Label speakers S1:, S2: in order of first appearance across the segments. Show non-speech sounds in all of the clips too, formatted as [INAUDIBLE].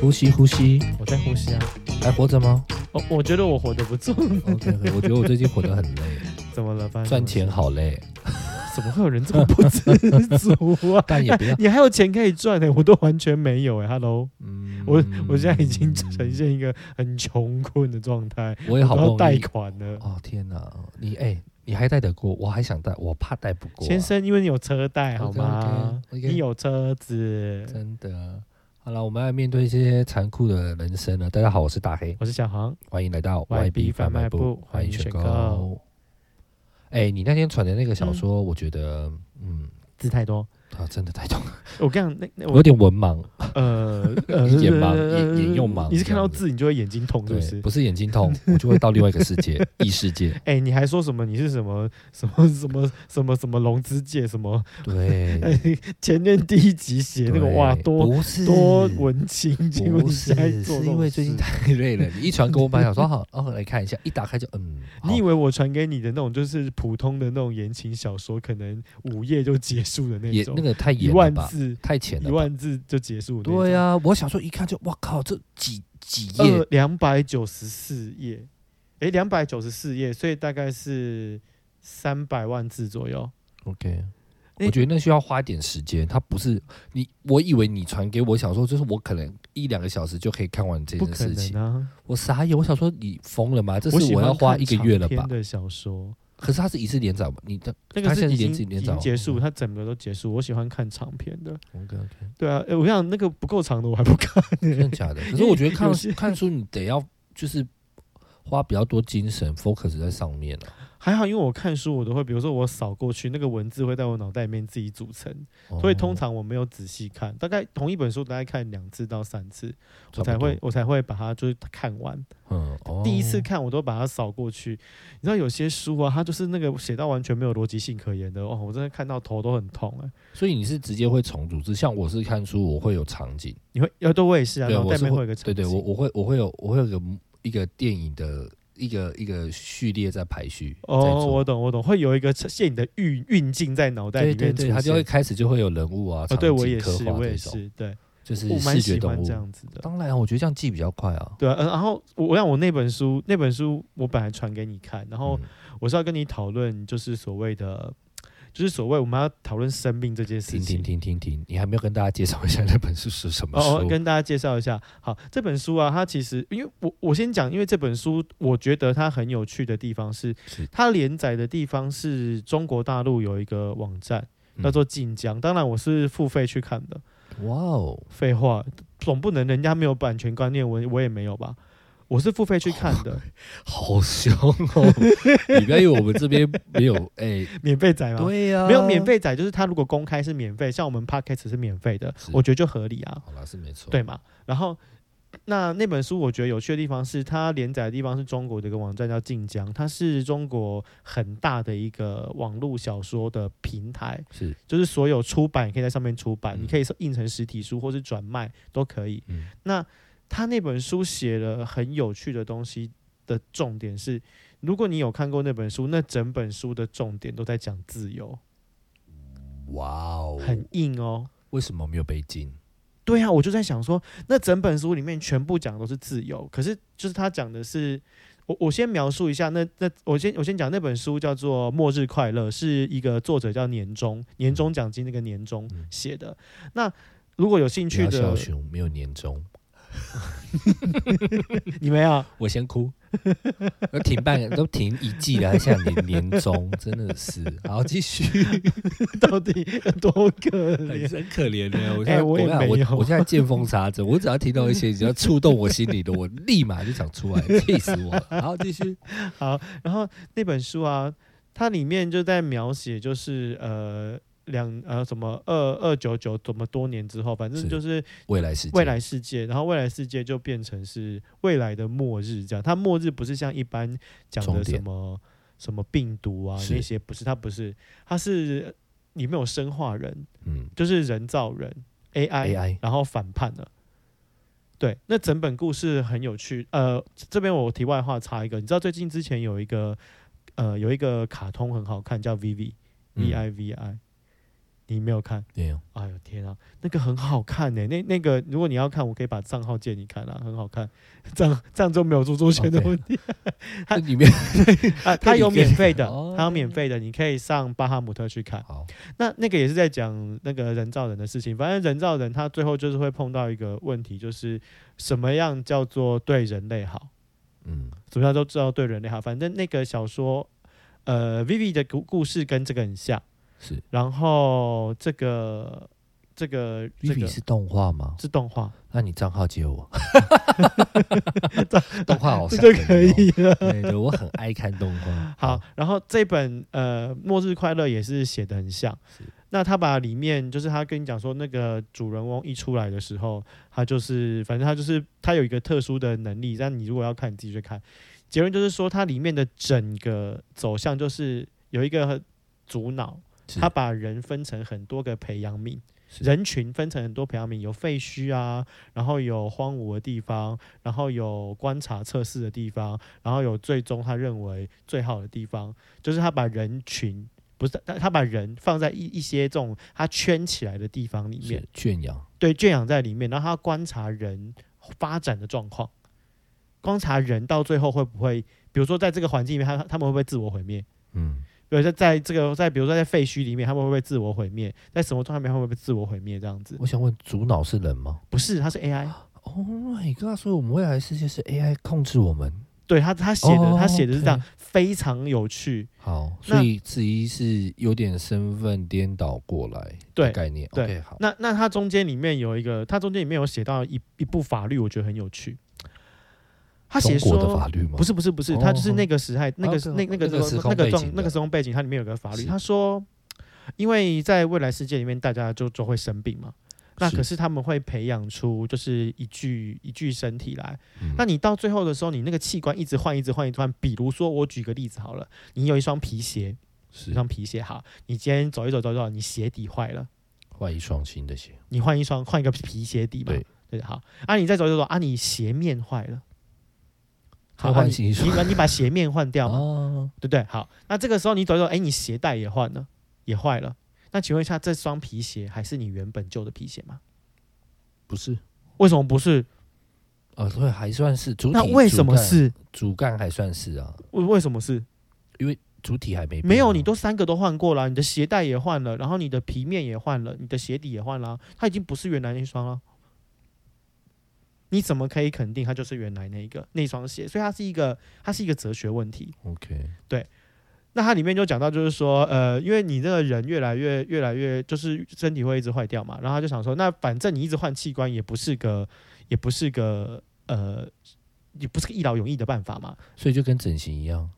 S1: 呼吸呼吸，
S2: 我在呼吸啊。
S1: 还活着
S2: [LAUGHS]
S1: 吗
S2: 我我觉得我活得不错， [LAUGHS]
S1: ？OK，我觉得我最近活得很累，
S2: 怎么了？发生什
S1: 赚
S2: 么
S1: 钱
S2: 事，
S1: 好累，？
S2: 怎么会有人这么不知足啊
S1: [LAUGHS] 但也不要，
S2: 你还有钱可以赚呢、欸我都完全没有哎、h e l l o
S1: 嗯
S2: 我我现在已经呈现一个很穷困的状态，
S1: 我也好
S2: 我
S1: 不
S2: 要
S1: 容
S2: 贷
S1: 易，
S2: 款了。
S1: 哦天哪，你哎、你还贷得过？我还想贷，我怕贷不过啊、
S2: 先生，因为你有车贷好
S1: OK，OK，
S2: 吗
S1: OK
S2: 你有车子。
S1: 真的。好了，我们要面对一些残酷的人生了。大家好，我是大黑，
S2: 我是小航，
S1: 欢迎来到
S2: YB
S1: 贩
S2: 贩卖部
S1: 部，
S2: 欢
S1: 欢
S2: 迎
S1: 迎
S2: 选
S1: 选
S2: 购
S1: 购。哎、你那天传的那个小说，我觉得，嗯，
S2: 字太多。
S1: 啊，真的太重，
S2: 我跟你讲，那那
S1: 我有
S2: 我
S1: 点文盲， [LAUGHS]
S2: 呃呃
S1: 眼盲眼眼又盲
S2: 你是看
S1: 这
S2: 到
S1: 样子
S2: 字你就会眼睛痛，是
S1: 对，
S2: 不是
S1: 不？是眼睛痛，我就会到另外一个世界，异世界。
S2: [LAUGHS] 哎、你还说什么？你是什么什么什么什么什么融资界什么？
S1: 对，
S2: 前面第一集写哎那个
S1: 对
S2: 哇，多
S1: 不是
S2: 多文青，结果
S1: 不
S2: 你
S1: 是
S2: 现在做
S1: 是
S2: 这种
S1: 因为最近
S2: 事
S1: 太累了。你一传给我买，想说好，哦，来看一下，一打开就嗯，好
S2: 你以为我传给你的那种就是普通的那种言情小说，可能五页就结束的那
S1: 也
S2: 种，
S1: 那个太
S2: 一
S1: 严了
S2: 万
S1: 吧，
S2: 字，
S1: 太浅
S2: 一
S1: 了吧。
S2: 万字就结束。
S1: 对、啊呀、我想说一看就，哇靠，这几几
S2: 啊，
S1: 页
S2: 二两百九十四页，诶，两百九十四页，所以大概是三百万字左右。
S1: ？OK，
S2: 诶
S1: 我觉得那需要花一点时间，它不是你，我以为你传给我想说，就是我可能一两个小时就可以看完这
S2: 不
S1: 件
S2: 可
S1: 事
S2: 能
S1: 情，
S2: 啊！
S1: 我傻眼，我想说你疯了吗？这
S2: 喜
S1: 是我
S2: 欢
S1: 要花
S2: 看
S1: 一个月了
S2: 长篇
S1: 吧？
S2: 的小说，
S1: 可是它是一次连载嘛，你的
S2: 那个
S1: 它现
S2: 是
S1: 在
S2: 已
S1: 是连
S2: 经
S1: 连
S2: 已
S1: 载
S2: 经
S1: 完
S2: 结束，
S1: 了嗯
S2: 它整个都结束。我喜欢看长篇的，
S1: OK OK，
S2: 对啊。诶我想那个不够长的我还不看、 [LAUGHS]
S1: 真的假的？可是我觉得看
S2: 有些
S1: 看书你得要就是花比较多精神 focus 在上面啊了、
S2: 还好，因为我看书我都会，比如说我扫过去，那个文字会在我脑袋里面自己组成，
S1: 哦
S2: 所以通常我没有仔细看，大概同一本书大概看两次到三次，
S1: 差
S2: 我
S1: 不多
S2: 才会我才会把它就是看完。
S1: 嗯，哦
S2: 第一次看我都把它扫过去，你知道有些书啊，它就是那个写到完全没有逻辑性可言的，哦，我真的看到头都很痛哎、
S1: 所以你是直接会重组织，像我是看书，我会有场景，
S2: 你会要对我也是啊，
S1: 对
S2: 脑
S1: 我
S2: 袋
S1: 是
S2: 里面
S1: 会
S2: 会有一个场
S1: 对对，
S2: 景
S1: 我我会我会有我会有个一个电影的一个一个序列在排序。在
S2: 哦，
S1: 做
S2: 我懂我懂，会有一个现你的运运镜在脑袋里
S1: 对
S2: 面
S1: 对对，它就会
S2: 出
S1: 开始就会有人物啊，
S2: 现哦，对
S1: 场
S2: 我
S1: 景
S2: 也
S1: 刻
S2: 是
S1: 画
S2: 我
S1: 这
S2: 也
S1: 种，
S2: 是，对
S1: 就是
S2: 我蛮
S1: 视觉
S2: 喜
S1: 动
S2: 欢
S1: 物
S2: 这。样子的。
S1: 当然，我觉得这样记比较快啊。
S2: 对啊，嗯，然后我我让我那本书，那本书我本来传给你看，然后
S1: 嗯
S2: 我是要跟你讨论，就是所谓的，就是所谓我们要讨论生命这件事
S1: 停
S2: 情
S1: 停。停停停，你还没有跟大家介绍一下那本书是什么
S2: 哦
S1: 书？
S2: 哦，跟大家介绍一下，好，这本书啊，它其实因为我我先讲，因为这本书我觉得它很有趣的地方是，
S1: 是
S2: 它连载的地方是中国大陆有一个网站
S1: 嗯
S2: 叫做晋江，当然我是付费去看的，
S1: 哇哦，
S2: 废话，总不能人家没有版权观念，我我也没有吧。我是付费去看
S1: 哦
S2: 的，
S1: 好凶哦！你不要以为我们这边没
S2: [LAUGHS]
S1: 有哎，
S2: [LAUGHS] 免费仔吗？
S1: 对呀，
S2: 啊没有免。费仔，就是他如果公开是免费，像我们 podcast 是免费的
S1: 是，
S2: 我觉得就合理啊，
S1: 好啦，是没错。
S2: 对嘛？然后那那本书我觉得有趣的地方是，它连载的地方是中国的一个网站叫晋江，它是中国很大的一个网络小说的平台，
S1: 是，
S2: 就是所有出版可以在上面出版，
S1: 嗯
S2: 你可以印成实体书或是转卖都可以。
S1: 嗯
S2: 那他那本书写了很有趣的东西的重点是，如果你有看过那本书，那整本书的重点都在讲自由。
S1: 哇哦，
S2: 很硬哦。
S1: 为什么没有被禁？
S2: 对啊，我就在想说，那整本书里面全部讲的都是自由，可是就是他讲的是，我我先描述一下，那那我先我先讲那本书叫做《末日快乐》，是一个作者叫年终，年终奖金那个年终
S1: 嗯
S2: 写的。那如果有兴趣
S1: 不要小，
S2: 的
S1: 熊没有年终，
S2: 你们啊，
S1: 我先哭。 [LAUGHS] 都停半都停一季了，还想年年
S2: [LAUGHS]
S1: 终，真的是。好，继续，
S2: [LAUGHS] 到底有多可
S1: 很
S2: 怜？
S1: 很可怜的。我现
S2: 哎
S1: 在
S2: 我也
S1: 跟
S2: 没
S1: 你
S2: 有
S1: 讲我我现在见缝插针，我只要听到一些只要触动我心里的，我立马就想出来，
S2: [LAUGHS]
S1: 气死我了。好，继续。
S2: 好，然后那本书啊，它里面就在描写，就是呃。两呃什么二二九九怎么多年之后，反正
S1: 是
S2: 就是
S1: 未来世界，
S2: 未来世界，然后未来世界就变成是未来的末日这样。它末日不是像一般讲的
S1: 终点
S2: 什么什么病毒啊
S1: 是
S2: 那些，不是，它不是，它是里面有生化人，
S1: 嗯
S2: 就是人造人 AI，,
S1: AI
S2: 然后反叛了。对，那整本故事很有趣。呃，这边我题外话插一个，你知道最近之前有一个呃有一个卡通很好看，叫 VV V
S1: 嗯哦
S2: I V I，、你没有看？
S1: 没有，
S2: 哎呦天啊，那个很好看呢、那那个如果你要看，我可以把账号借你看啊，很好看。 [LAUGHS] 这样这样就没有著作
S1: 哦啊
S2: 权的问
S1: [LAUGHS]
S2: 题
S1: 那里面
S2: 啊。它有免费的
S1: 哦，
S2: 它有免费的，你可以上巴哈姆特去看。
S1: 好，
S2: 那那个也是在讲那个人造人的事情。反正人造人他最后就是会碰到一个问题，就是什么样叫做对人类好。
S1: 嗯，
S2: 怎么样都知道对人类好。反正那个小说，呃，Vivi 的故故事跟这个很像。
S1: 是
S2: 然后这个这个这
S1: Vivi
S2: 个
S1: 是动画吗？
S2: 是动画，
S1: 那你账号借我，
S2: [LAUGHS]
S1: 动画好
S2: 这
S1: 闪
S2: 就
S1: 人哦，
S2: 可以 [LAUGHS] 了。
S1: 对对，我很爱看动画。
S2: [LAUGHS]
S1: 哦
S2: 好，，然后这本呃《末日快乐》也是写的很像
S1: 是。
S2: 那他把里面就是他跟你讲说，那个主人翁一出来的时候，他就是反正他就是他有一个特殊的能力，但你如果要看，你自己去看。结论就是说，它里面的整个走向就是有一个主脑，
S1: 是
S2: 他把人分成很多个培养皿，
S1: 是
S2: 人群分成很多培养皿，有废墟啊，然后有荒芜的地方，然后有观察测试的地方，然后有最终他认为最好的地方，就是他把人群不是他他把人放在一一些这种他圈起来的地方里面
S1: 是，圈养，
S2: 对圈养在里面，然后他观察人发展的状况，观察人到最后会不会，比如说在这个环境里面，他他们会不会自我毁灭？
S1: 嗯，
S2: 对，在在这个在比如说在废墟里面，他们会不会自我毁灭？在什么状态里面会不会自我毁灭？这样子
S1: 我想问，主脑是人吗
S2: 不是，他是 AI，
S1: ？Oh
S2: 哦
S1: my
S2: 啊
S1: god！所以我们未来的世界是 AI 控制我们。
S2: 对他他写的
S1: 哦
S2: 他写的是这样
S1: OK，
S2: 非常有趣，
S1: 好，
S2: 那
S1: 所以质疑是有点身份颠倒过来的
S2: 对
S1: 概念。
S2: 对
S1: OK，好，
S2: 那那它中间里面有一个，它中间里面有写到一一部法律，我觉得很有趣。他写
S1: 中国的
S2: 说
S1: 法律吗？
S2: 不是不是不是，
S1: 哦
S2: 他就是那个时代那个
S1: 哦
S2: 那
S1: 那
S2: 那
S1: 个
S2: 个
S1: 时空
S2: 那个
S1: 背
S2: 状
S1: 景的
S2: 那个时空背景，它里面有个法律，
S1: 是
S2: 他说，因为在未来世界里面，大家就就会生病嘛。那
S1: 是
S2: 可是他们会培养出就是一具一具身体来，
S1: 嗯，
S2: 那你到最后的时候，你那个器官一直换一直换一直换。比如说，我举个例子好了，你有一双皮鞋，一
S1: 是
S2: 双皮鞋哈，你今天走一走走一走，你鞋底坏了。
S1: 换一双新的鞋，
S2: 你换一双换一个皮鞋底嘛
S1: 对，
S2: 对，好啊，你再走走走啊，你鞋面坏了，好，
S1: 再
S2: 啊
S1: 换
S2: 你
S1: 新一
S2: 你
S1: 双
S2: 把你把鞋面换掉嘛，
S1: 哦，
S2: 对不对？好，那这个时候你走走，哎，你鞋带也换了，也坏了，那请问一下，这双皮鞋还是你原本旧的皮鞋吗？
S1: 不是，
S2: 为什么不是？
S1: 哦，所以还算是主体。
S2: 那为什么
S1: 主干？
S2: 是？
S1: 主干还算是啊，
S2: 为为什么是？
S1: 主体还没变啊
S2: 没有，你都三个都换过了，你的鞋带也换了，然后你的皮面也换了，你的鞋底也换了，它已经不是原来那双了。你怎么可以肯定它就是原来那一个那双鞋？所以它是一个，它是一个哲学问题。
S1: OK，
S2: 那它里面就讲到，就是说，呃，因为你这个人越来越越来越，就是身体会一直坏掉嘛。然后他就想说，那反正你一直换器官也不是个，也不是个，呃，也不是个一劳永逸的办法嘛。
S1: 所以就跟整形一样，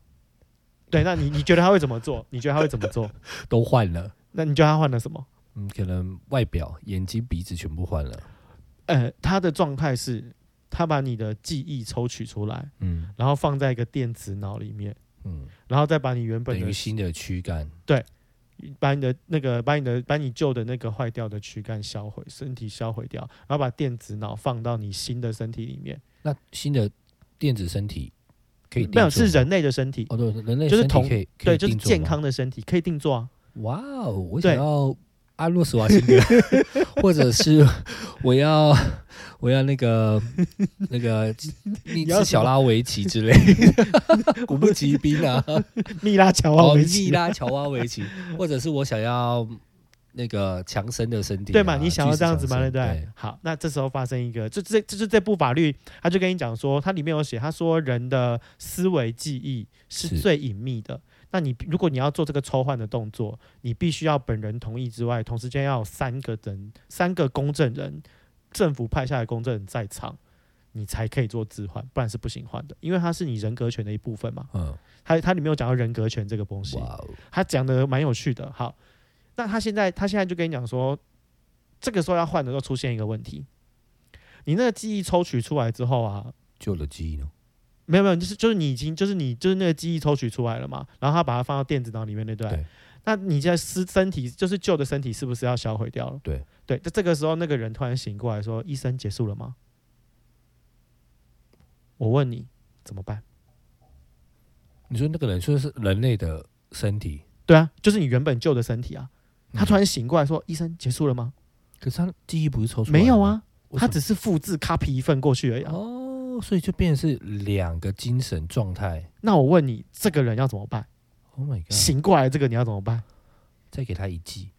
S2: 对，那你你觉得他会怎么做？你觉得他会怎么做？
S1: 都换了。
S2: 那你觉得他换了什么？
S1: 嗯，可能外表、眼睛、鼻子全部换了。
S2: 呃，他的状态是，他把你的记忆抽取出来，
S1: 嗯
S2: 然后放在一个电子脑里面，
S1: 嗯，
S2: 然后再把你原
S1: 等
S2: 本的
S1: 于、新的躯干。
S2: 把你的那个、把你的、把你旧的那个坏掉的躯干销毁，身体销毁掉，然后把电子脑放到你新的身体里面，
S1: 那新的电子身体可以定
S2: 没有是
S1: 做吗
S2: 人类的身体，
S1: 哦，对，人类
S2: 就是
S1: 身体
S2: 同
S1: 可以可以
S2: 对，就是
S1: 定做
S2: 健
S1: 吗
S2: 康的身体可以定做啊。
S1: 哇哦，我
S2: 对
S1: 想要阿洛斯瓦辛格， [LAUGHS] 或者
S2: [LAUGHS]
S1: 是我要我要那个那个你是
S2: 要什么
S1: 小拉维奇之类的，
S2: [LAUGHS]
S1: 古不奇兵啊，
S2: 蜜拉乔啊瓦
S1: 哦，
S2: 维
S1: 密
S2: 奇，
S1: 拉乔瓦维奇， [LAUGHS] 或者是我想要那个强森的身体啊、
S2: 对嘛？你想要这样子嘛？
S1: 巨石
S2: 对不
S1: 强森
S2: 对？好，那这时候发生一个，就这就是这部法律，他就跟你讲说，它里面有写，他说人的思维记忆是
S1: 是
S2: 最隐秘的。那你如果你要做这个抽换的动作，你必须要本人同意之外，同时间要有三个人，三个公证人，政府派下的公证人在场，你才可以做置换，不然是不行换的，因为它是你人格权的一部分嘛。
S1: 嗯，
S2: 它它里面有讲到人格权这个东西。
S1: 哇哦，
S2: 他讲的蛮有趣的。好，那他现在他现在就跟你讲说，这个时候要换的时候出现一个问题，你那个记忆抽取出来之后啊，
S1: 旧的记忆呢？
S2: 没有没有，就是就是你已经就是你就是那个记忆抽取出来了嘛，然后他把它放到电子脑里面，对不对？
S1: 对
S2: 那你现在身身体就是旧的身体是不是要销毁掉了？
S1: 对
S2: 对，那这个时候那个人突然醒过来说：“医生结束了吗？”我问你怎么办？
S1: 你说那个人说是人类的身体，
S2: 对啊，就是你原本旧的身体啊。他突然醒过来说：“医生，结束了吗
S1: 可是他记忆不是抽？”出来的吗
S2: 没有，啊，
S1: 为什
S2: 他
S1: 么
S2: 只是复制 copy 一份过去而已、啊。
S1: 哦，所以就变成是两个精神状态。
S2: 那我问你，这个人要怎么办？
S1: Oh my god！
S2: 醒过来这个你要怎么办？
S1: 再给他一记。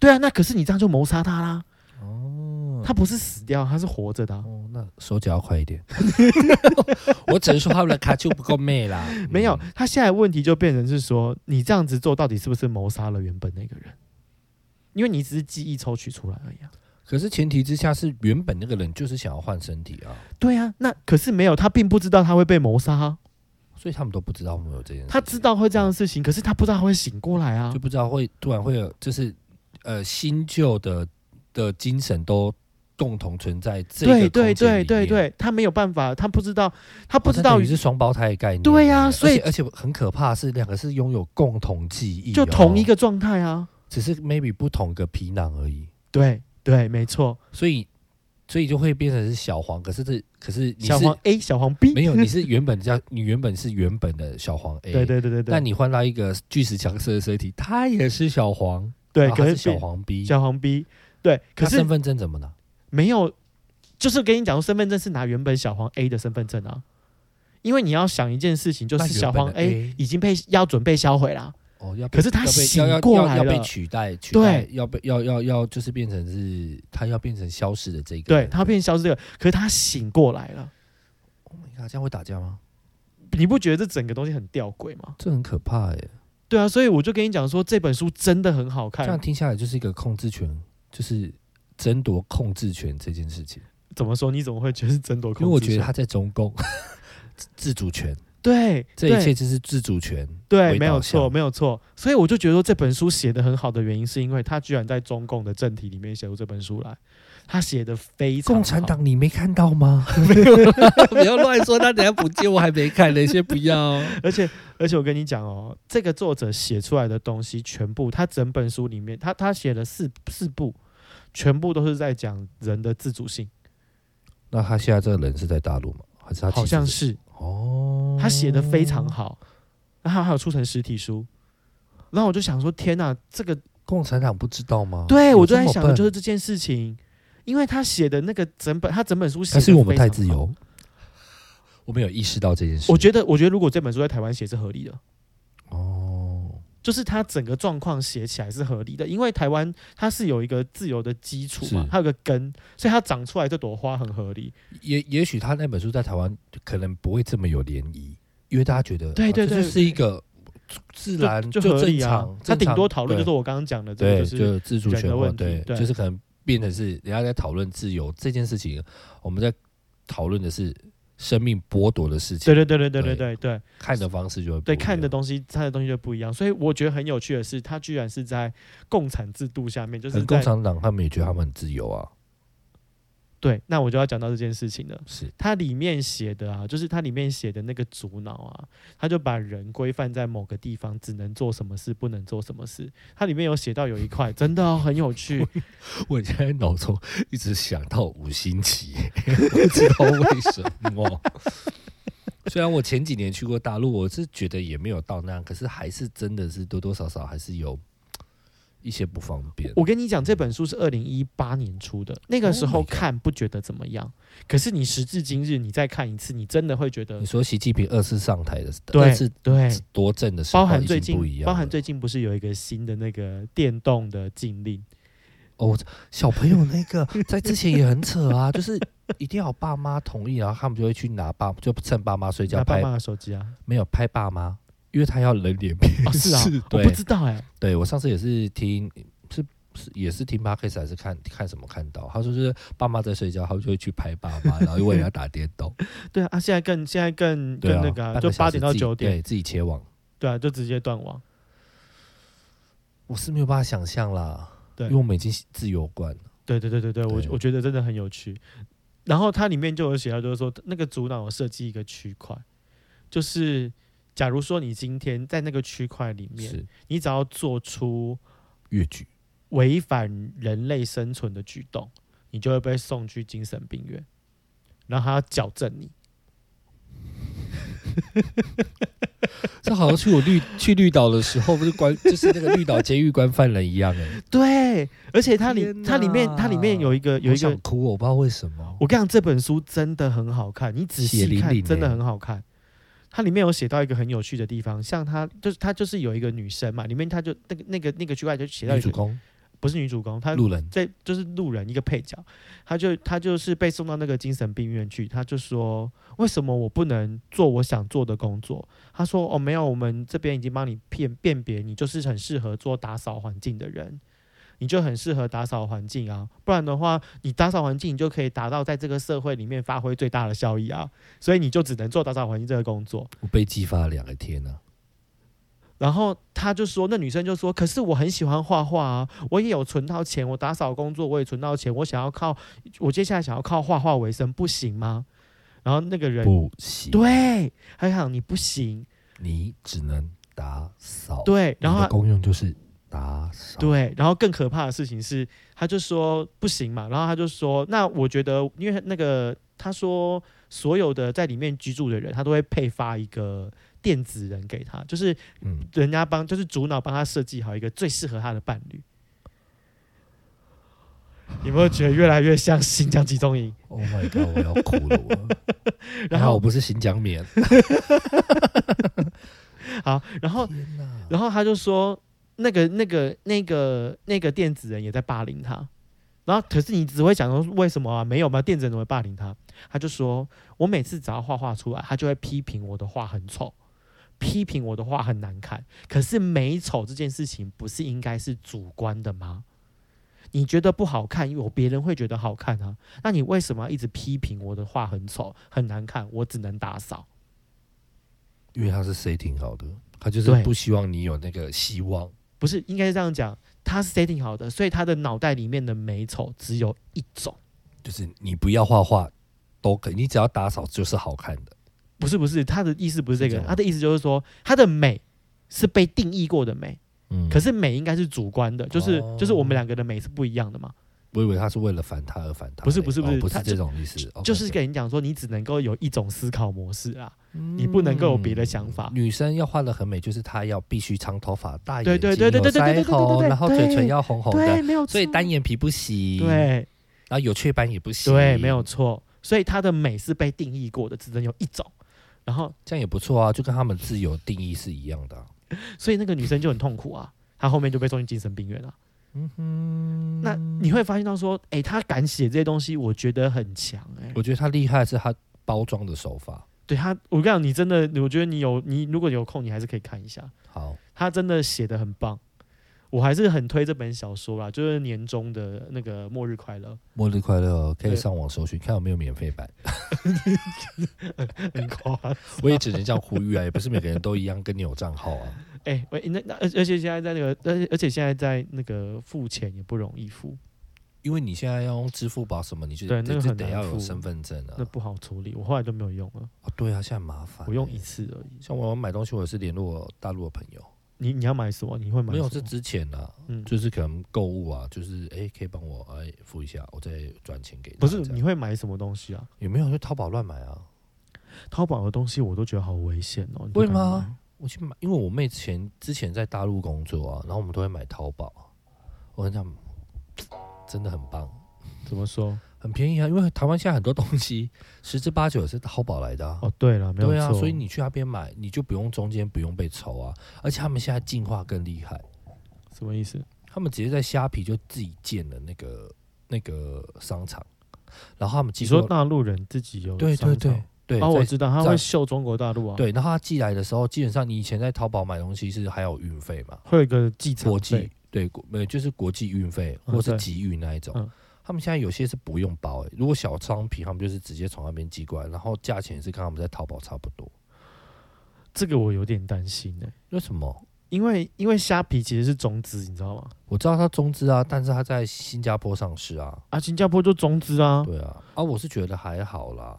S2: 对啊，那可是你这样就谋杀他啦。
S1: 哦，
S2: 他不是死掉，他是活着的啊、
S1: 哦，那手脚要快一点。我只能说他们的卡丘不够媚啦。
S2: [LAUGHS] 没有
S1: 嗯，
S2: 他现在问题就变成是说，你这样子做到底是不是谋杀了原本那个人？因为你只是记忆抽取出来而已啊。
S1: 可是前提之下是原本那个人就是想要换身体啊，
S2: 对啊，那可是没有，他并不知道他会被谋杀、啊，
S1: 嗯所以他们都不知道我们有这件事情。
S2: 他知道会这样的事情，可是他不知道他会醒过来啊
S1: 就。不知道会突然会有，就是呃新旧的的精神都共同存在这
S2: 对
S1: 个
S2: 对对对
S1: 对，
S2: 对，他没有办法，他不知道，他不知
S1: 哦
S2: 道
S1: 那等于是双胞胎的概念。
S2: 对呀
S1: 而且
S2: 所以
S1: 而且很可怕的是两个是拥有共同记忆哦，
S2: 就同一个状态啊。
S1: 只是 maybe 不同个皮囊而已，
S2: 对对，没错。
S1: 所以所以就会变成是小黄，可是这可是你
S2: 小
S1: 是
S2: 黄 A，小黄 B，
S1: 没有你是原本叫你原本是原本的小黄 A，
S2: [LAUGHS] 对对对对
S1: 但
S2: 对，
S1: 你换到一个巨石强森的身体，他也是小黄，
S2: 对，
S1: 然后
S2: 可
S1: 啊他
S2: 是
S1: 是小
S2: 变
S1: 黄 B，
S2: 小黄 B，对，可
S1: 他
S2: 是
S1: 身份证怎么了？
S2: 没有，就是跟你讲说，身份证是拿原本小黄 A 的身份证啊，因为你要想一件事情，就
S1: 那
S2: 是
S1: 原
S2: 小黄
S1: 本的
S2: A
S1: A
S2: 已经被要准备销毁啦。
S1: 哦，要被
S2: 可是他
S1: 要被
S2: 醒
S1: 要要
S2: 过
S1: 要
S2: 来
S1: 要被
S2: 了
S1: 取代，取
S2: 对
S1: 代要被要要要就是变成是他要变成消失的这个
S2: 对
S1: 人，
S2: 他变消失这个，可是他醒过来了，
S1: Oh my god，这样会打架吗？
S2: 你不觉得这整个东西很吊诡吗？
S1: 这很可怕耶！
S2: 对啊，所以我就跟你讲说，这本书真的很好
S1: 这样
S2: 看。
S1: 听下来就是一个控制权，就是争夺控制权这件事情，
S2: 怎么说？你怎么会觉得是争夺控
S1: 因
S2: 制权？
S1: 为我觉得他在中共自自主权，
S2: 对
S1: 这一
S2: 对
S1: 切就是自主权。
S2: 对，
S1: 为
S2: 没有
S1: 导
S2: 错，
S1: 向
S2: 没有错。所以我就觉得说这本书写的很好的原因，是因为他居然在中共的政体里面写出这本书来，他写的非常
S1: 共产
S2: 好
S1: 党，你没看到吗？
S2: [LAUGHS]
S1: [LAUGHS] 不要乱说，他等下补接我还没看呢，先不
S2: [LAUGHS]
S1: 要。
S2: 而且而且我跟你讲哦，这个作者写出来的东西，全部他整本书里面，他他写了四四部，全部都是在讲人的自主性，
S1: 那他现在这个人是在大陆吗？还是他
S2: 好
S1: 其实
S2: 像是
S1: 哦，
S2: 他写的非常好，然后还有出成实体书。然后我就想说，天呐，这个
S1: 共产党不知道吗？
S2: 对
S1: 哦有
S2: 我就
S1: 这
S2: 在
S1: 么
S2: 想的
S1: 笨
S2: 就是这件事情，因为他写的那个整本，他整本书写
S1: 还
S2: 的
S1: 是我们
S2: 非
S1: 太
S2: 常
S1: 自
S2: 好。
S1: 由，我们有意识到这件事。
S2: 我觉得，我觉得如果这本书在台湾写是合理的，
S1: 得哦，
S2: 就是它整个状况写起来是合理的，因为台湾它是有一个自由的基础嘛
S1: 是，
S2: 它有个根，所以它长出来这朵花很合理。
S1: 也也许他那本书在台湾可能不会这么有涟漪，因为大家觉得
S2: 对
S1: 啊
S2: 对
S1: 这
S2: 对
S1: 就是一个自然
S2: 就就合
S1: 正
S2: 理啊
S1: 常，，
S2: 它
S1: 正常
S2: 顶多讨论就
S1: 对
S2: 是我刚刚讲的这个，
S1: 对，
S2: 就是
S1: 就自主
S2: 人
S1: 权
S2: 的
S1: 或
S2: 问题
S1: 对，
S2: 对
S1: 就是可能变成是人家在讨论自由这件事情，我们在讨论的是生命剥夺的事情，
S2: 对对对对对对对对
S1: 看的方式就会不
S2: 对，
S1: 一
S2: 看的
S1: 样
S2: 东西它的东西就不一样，所以我觉得很有趣的是，它居然是在共产制度下面，就
S1: 可
S2: 是
S1: 能共
S2: 在
S1: 产党他们也觉得他们很自由啊，
S2: 对，那我就要讲到这件事情了。
S1: 是
S2: 它里面写的啊，就是它里面写的那个主脑啊，它就把人规范在某个地方，只能做什么事，不能做什么事。它里面有写到有一块，真的、哦、很有趣，
S1: [LAUGHS] 我现在脑中一直想到五星旗， [LAUGHS] 不知道为什么。虽然我前几年去过大陆，我是觉得也没有到那样，可是还是真的是多多少少还是有一些不方便。
S2: 我跟你讲，这本书是二零一八年出的，那个时
S1: Oh
S2: 候
S1: my God
S2: 看不觉得怎么样，可是你时至今日你再看一次，你真的会觉得
S1: 你，说习近平二次上台的时，
S2: 对
S1: 二次
S2: 对，
S1: 夺政的时候，
S2: 包含最
S1: 已经
S2: 近
S1: 不一，样了，
S2: 包含最近不是有一个新的那个电动的禁令？
S1: 哦，小朋友那个在之前也很扯啊，就是一定要有爸妈同意，然后他们就会去拿爸，就趁爸妈睡觉
S2: 拿爸
S1: 拍，
S2: 妈的手
S1: [LAUGHS]
S2: 机啊？
S1: 没有拍爸妈，因为他要人脸辨
S2: 哦，
S1: 识，
S2: 是啊，我
S1: [LAUGHS] 对
S2: 不知道哎、
S1: 对我上次也是听，是是也是听 podcast 还是看看什么看到，他说就是爸妈在睡觉，他们就会去拍爸妈，然后为了要打电
S2: [LAUGHS]
S1: 动，
S2: 对啊，啊现在更现在更
S1: 对
S2: 更
S1: 啊，
S2: 那个啊、
S1: 半
S2: 就
S1: 个小
S2: 八
S1: 时
S2: 点到
S1: 自己
S2: 九点，
S1: 对自己切网，
S2: 对啊，就直接断网。
S1: 我是没有办法想象啦，
S2: 对
S1: 因为我们已经自由惯了，
S2: 对对对对对，我
S1: 对
S2: 我觉得真的很有趣。然后它里面就有写到，就是说那个主脑有设计一个区块，就是假如说你今天在那个区块里面，
S1: 是
S2: 你只要做出
S1: 越剧
S2: 违反人类生存的举动，你就会被送去精神病院，然后他要矫正你。
S1: 这好像去我
S2: [LAUGHS]
S1: 绿去绿岛的时候，不是关就是那个绿岛监狱关犯人一样哎、
S2: 对，而且它里
S1: 天
S2: 它里面它里面
S1: 哪
S2: 有一个 [LAUGHS]
S1: 好
S2: 有一个
S1: 想，哭哦，我不知道为什么。
S2: 我跟你讲，这本书真的很好看，你仔
S1: 血
S2: 细
S1: 淋
S2: 看
S1: 淋
S2: 真的
S1: 欸
S2: 很好看。它里面有写到一个很有趣的地方，像她就是她就是有一个女生嘛，里面她就那个那个那个区块就写到
S1: 女
S2: 一
S1: 主
S2: 个
S1: 公
S2: 不是女主公，她
S1: 路人
S2: 在就是路人一个配角，他就他就是被送到那个精神病院去，他就说为什么我不能做我想做的工作？他说哦没有，我们这边已经帮你辨辨别，你就是很适合做打扫环境的人，你就很适合打扫环境啊，不然的话你打扫环境，你就可以达到在这个社会里面发挥最大的效益啊，所以你就只能做打扫环境这个工作。
S1: 我被激发了两个天啊呢、
S2: 然后他就说，那女生就说，可是我很喜欢画画啊，我也有存到钱，我打扫工作我也存到钱，我想要靠，我接下来想要靠画画为生，不行吗？然后那个人
S1: 不行，
S2: 对，他就想你不行，
S1: 你只能打扫。，
S2: 对，然后他
S1: 的功用就是打扫。，
S2: 对，然后更可怕的事情是，他就说不行嘛，然后他就说，那我觉得，因为那个他说所有的在里面居住的人，他都会配发一个电子人给他，就是
S1: 嗯，
S2: 人家帮就是主脑帮他设计好一个最适合他的伴侣。有没有觉得越来越像新疆集中营？
S1: Oh my god！我要哭 [LAUGHS] 了我，
S2: 然
S1: 还好我
S2: 后
S1: 不是新疆棉。
S2: 好，然后
S1: 天哪！
S2: 然后他就说，那个那个那个那个电子人也在霸凌他。然后可是你只会讲说为什么啊？没有吗？电子人怎么会霸凌他？他就说，我每次只要画画出来，他就会批评我的画很丑，批评我的画很难看。可是美丑这件事情不是应该是主观的吗？你觉得不好看，有别人会觉得好看啊？那你为什么要一直批评我的画很丑、很难看？我只能打扫。
S1: 因为他是 C 挺好的，他就是
S2: 对
S1: 不希望你有那个希望。
S2: 不是，应该是这样讲，他是 setting 好的，所以他的脑袋里面的美丑只有一种。
S1: 就是你不要画画都可以，你只要打扫就是好看的。
S2: 不是不是，他的意思不是这
S1: 是这
S2: 个，
S1: 样吗
S2: 他的意思就是说，他的美是被定义过的美，
S1: 嗯，
S2: 可
S1: 是
S2: 是美应该是主观的，就是、
S1: 哦
S2: 就是我们两个的美是不一样的嘛，
S1: 我以为他是为了烦他而烦他嘞，
S2: 不是不是不是
S1: 哦不是
S2: 他就
S1: 这种意思，OK，
S2: 就是
S1: 对
S2: 给你讲说，你只能够有一种思考模式啦，
S1: 嗯
S2: 你不能够有别的想法。
S1: 女生要画的很美，就是她要必须长头发、大眼睛、
S2: 对对对对
S1: 有
S2: 对对对
S1: 腮
S2: 对对对
S1: 红，
S2: 对
S1: 然后嘴唇要红红
S2: 对，
S1: 的，
S2: 没有错，
S1: 所以单眼皮不行，，
S2: 对
S1: 然后有雀斑也不行，
S2: 对，没有，错，所以他的美是被定义过的，只能有一种。然后，
S1: 这样也不错啊，就跟他们自由定义是一样的啊、
S2: 所以那个女生就很痛苦啊，她后面就被送进精神病院了。
S1: 嗯哼，
S2: 那你会发现到说，哎、他敢写这些东西，我觉得很强哎、
S1: 我觉得他厉害的是他包装的手法，
S2: 对他，我跟你讲，你真的，我觉得你有你如果有空，你还是可以看一下，
S1: 好，
S2: 他真的写的很棒。我还是很推这本小说啦，就是年终的那个《末日快乐 [LAUGHS]
S1: 末日快乐，可以
S2: 对
S1: 上网搜寻看有没有免费版。》，
S2: 很夸张。
S1: [LAUGHS] 我也只能这样呼吁啊，也不是每个人都一样跟你有账号啊。
S2: 哎、喂，那那而而且现在在那个，而且而且现在在那个付钱也不容易付，
S1: 因为你现在要用支付宝什么，你就
S2: 对那
S1: 得
S2: 个
S1: 就
S2: 很
S1: 得
S2: 难
S1: 要有
S2: 付
S1: 身份证啊
S2: 那。不好处理。我后来都没有用了，
S1: 哦，对啊，现在麻烦、
S2: 我用一。次而已。
S1: 像我买东西，我也是联络大陆的朋友，
S2: 你你要买什么？你会买
S1: 没有
S2: 什
S1: 是
S2: 么
S1: 之前啊，
S2: 嗯，
S1: 就是可能购物啊，就是哎、可以帮我哎付一下，我再转钱给他。
S2: 不是
S1: 这样
S2: 你会买什么东西啊？
S1: 有没有去淘宝乱买啊？
S2: 淘宝的东西我都觉得好危险哦。你不
S1: 会
S2: 敢
S1: 吗
S2: 买？
S1: 我去买，因为我妹之前之前在大陆工作啊，然后我们都会买淘宝啊。我跟你讲，真的很棒，
S2: 怎么说？
S1: 很便宜啊，因为台湾现在很多东西十之八九也是淘宝来的啊。
S2: 哦，对了，没有
S1: 对
S2: 错。
S1: 啊，所以你去那边买，你就不用中间不用被抽啊，而且他们现在进化更厉害，
S2: 什么意思？
S1: 他们直接在虾皮就自己建了那个那个商场，然后他们寄
S2: 你说
S1: 过
S2: 大陆人自己有
S1: 对对
S2: 商
S1: 对
S2: 场
S1: 对，
S2: 哦，我
S1: 在
S2: 知道他
S1: 在
S2: 会秀中国大陆啊，，
S1: 对，然后他寄来的时候，基本上你以前在淘宝买东西是还有运费嘛，
S2: 会有一个寄场
S1: 国
S2: 费
S1: 际，对国呃就是国际运费
S2: 嗯
S1: 或是
S2: 对
S1: 集运那一种。
S2: 嗯
S1: 他们现在有些是不用包、欸，如果小商品，他们就是直接从那边寄过来，然后价钱是跟他们在淘宝差不多。
S2: 这个我有点担心呢、
S1: 为什么？
S2: 因为因为虾皮其实是中资，你知道吗？
S1: 我知道它中资啊，但是它在新加坡上市啊。
S2: 啊，新加坡就中资啊，
S1: 对啊，啊，我是觉得还好啦。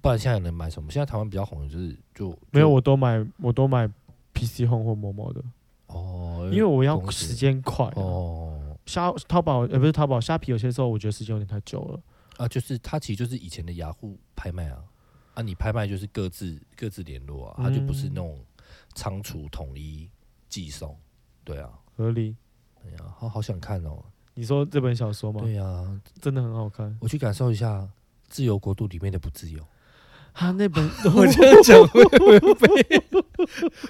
S1: 不然现在能买什么？现在台湾比较红的就是就
S2: 没有
S1: 就
S2: 我都买我都买 PC Home 或某某的，
S1: 哦，
S2: 因为我要
S1: 公司
S2: 时间快、啊。
S1: 哦
S2: 虾淘宝呃不是淘宝虾皮，有些时候我觉得时间有点太久了。
S1: 啊，就是它其实就是以前的雅虎拍卖啊，啊，你拍卖就是各自各自联络啊，它就不是那种仓储统一寄送。对啊，
S2: 合理。
S1: 哎呀，好好想看哦。
S2: 你说这本小说吗？
S1: 对啊，
S2: 真的很好看。
S1: 我去感受一下《自由国度》里面的不自由。啊
S2: 他那 [LAUGHS] 本
S1: 我这样 [LAUGHS] 讲会不会被？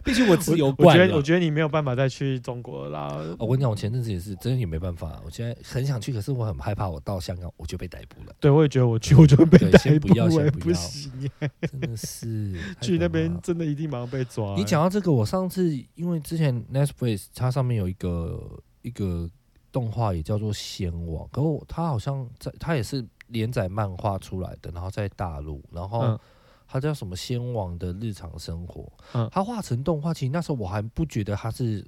S1: 毕竟我自由
S2: 我
S1: 惯
S2: 觉
S1: 了。
S2: 得我觉得你没有办法再去中国了啦。
S1: 哦我跟你讲，我前阵子也是，真的也没办法。我现在很想去，可是我很害怕，我到香港我就被逮捕了，
S2: 对，我也觉得我去我就会被
S1: 对
S2: 逮
S1: 先
S2: 捕
S1: 不要，
S2: 我也
S1: 先不要
S2: 行耶。
S1: 真的是 [LAUGHS] 太
S2: 去
S1: 可
S2: 那
S1: 怕
S2: 边
S1: 了
S2: 真的一定马上被抓。
S1: 你，讲到这个，我上次因为之前 Netflix 它上面有一个一个动画也叫做《仙王》，可我它好像在它也是连载漫画出来的，然后在大陆，然后
S2: 嗯
S1: 它叫什么《仙王的日常生活》
S2: 嗯
S1: 它画成动画，其实那时候我还不觉得它是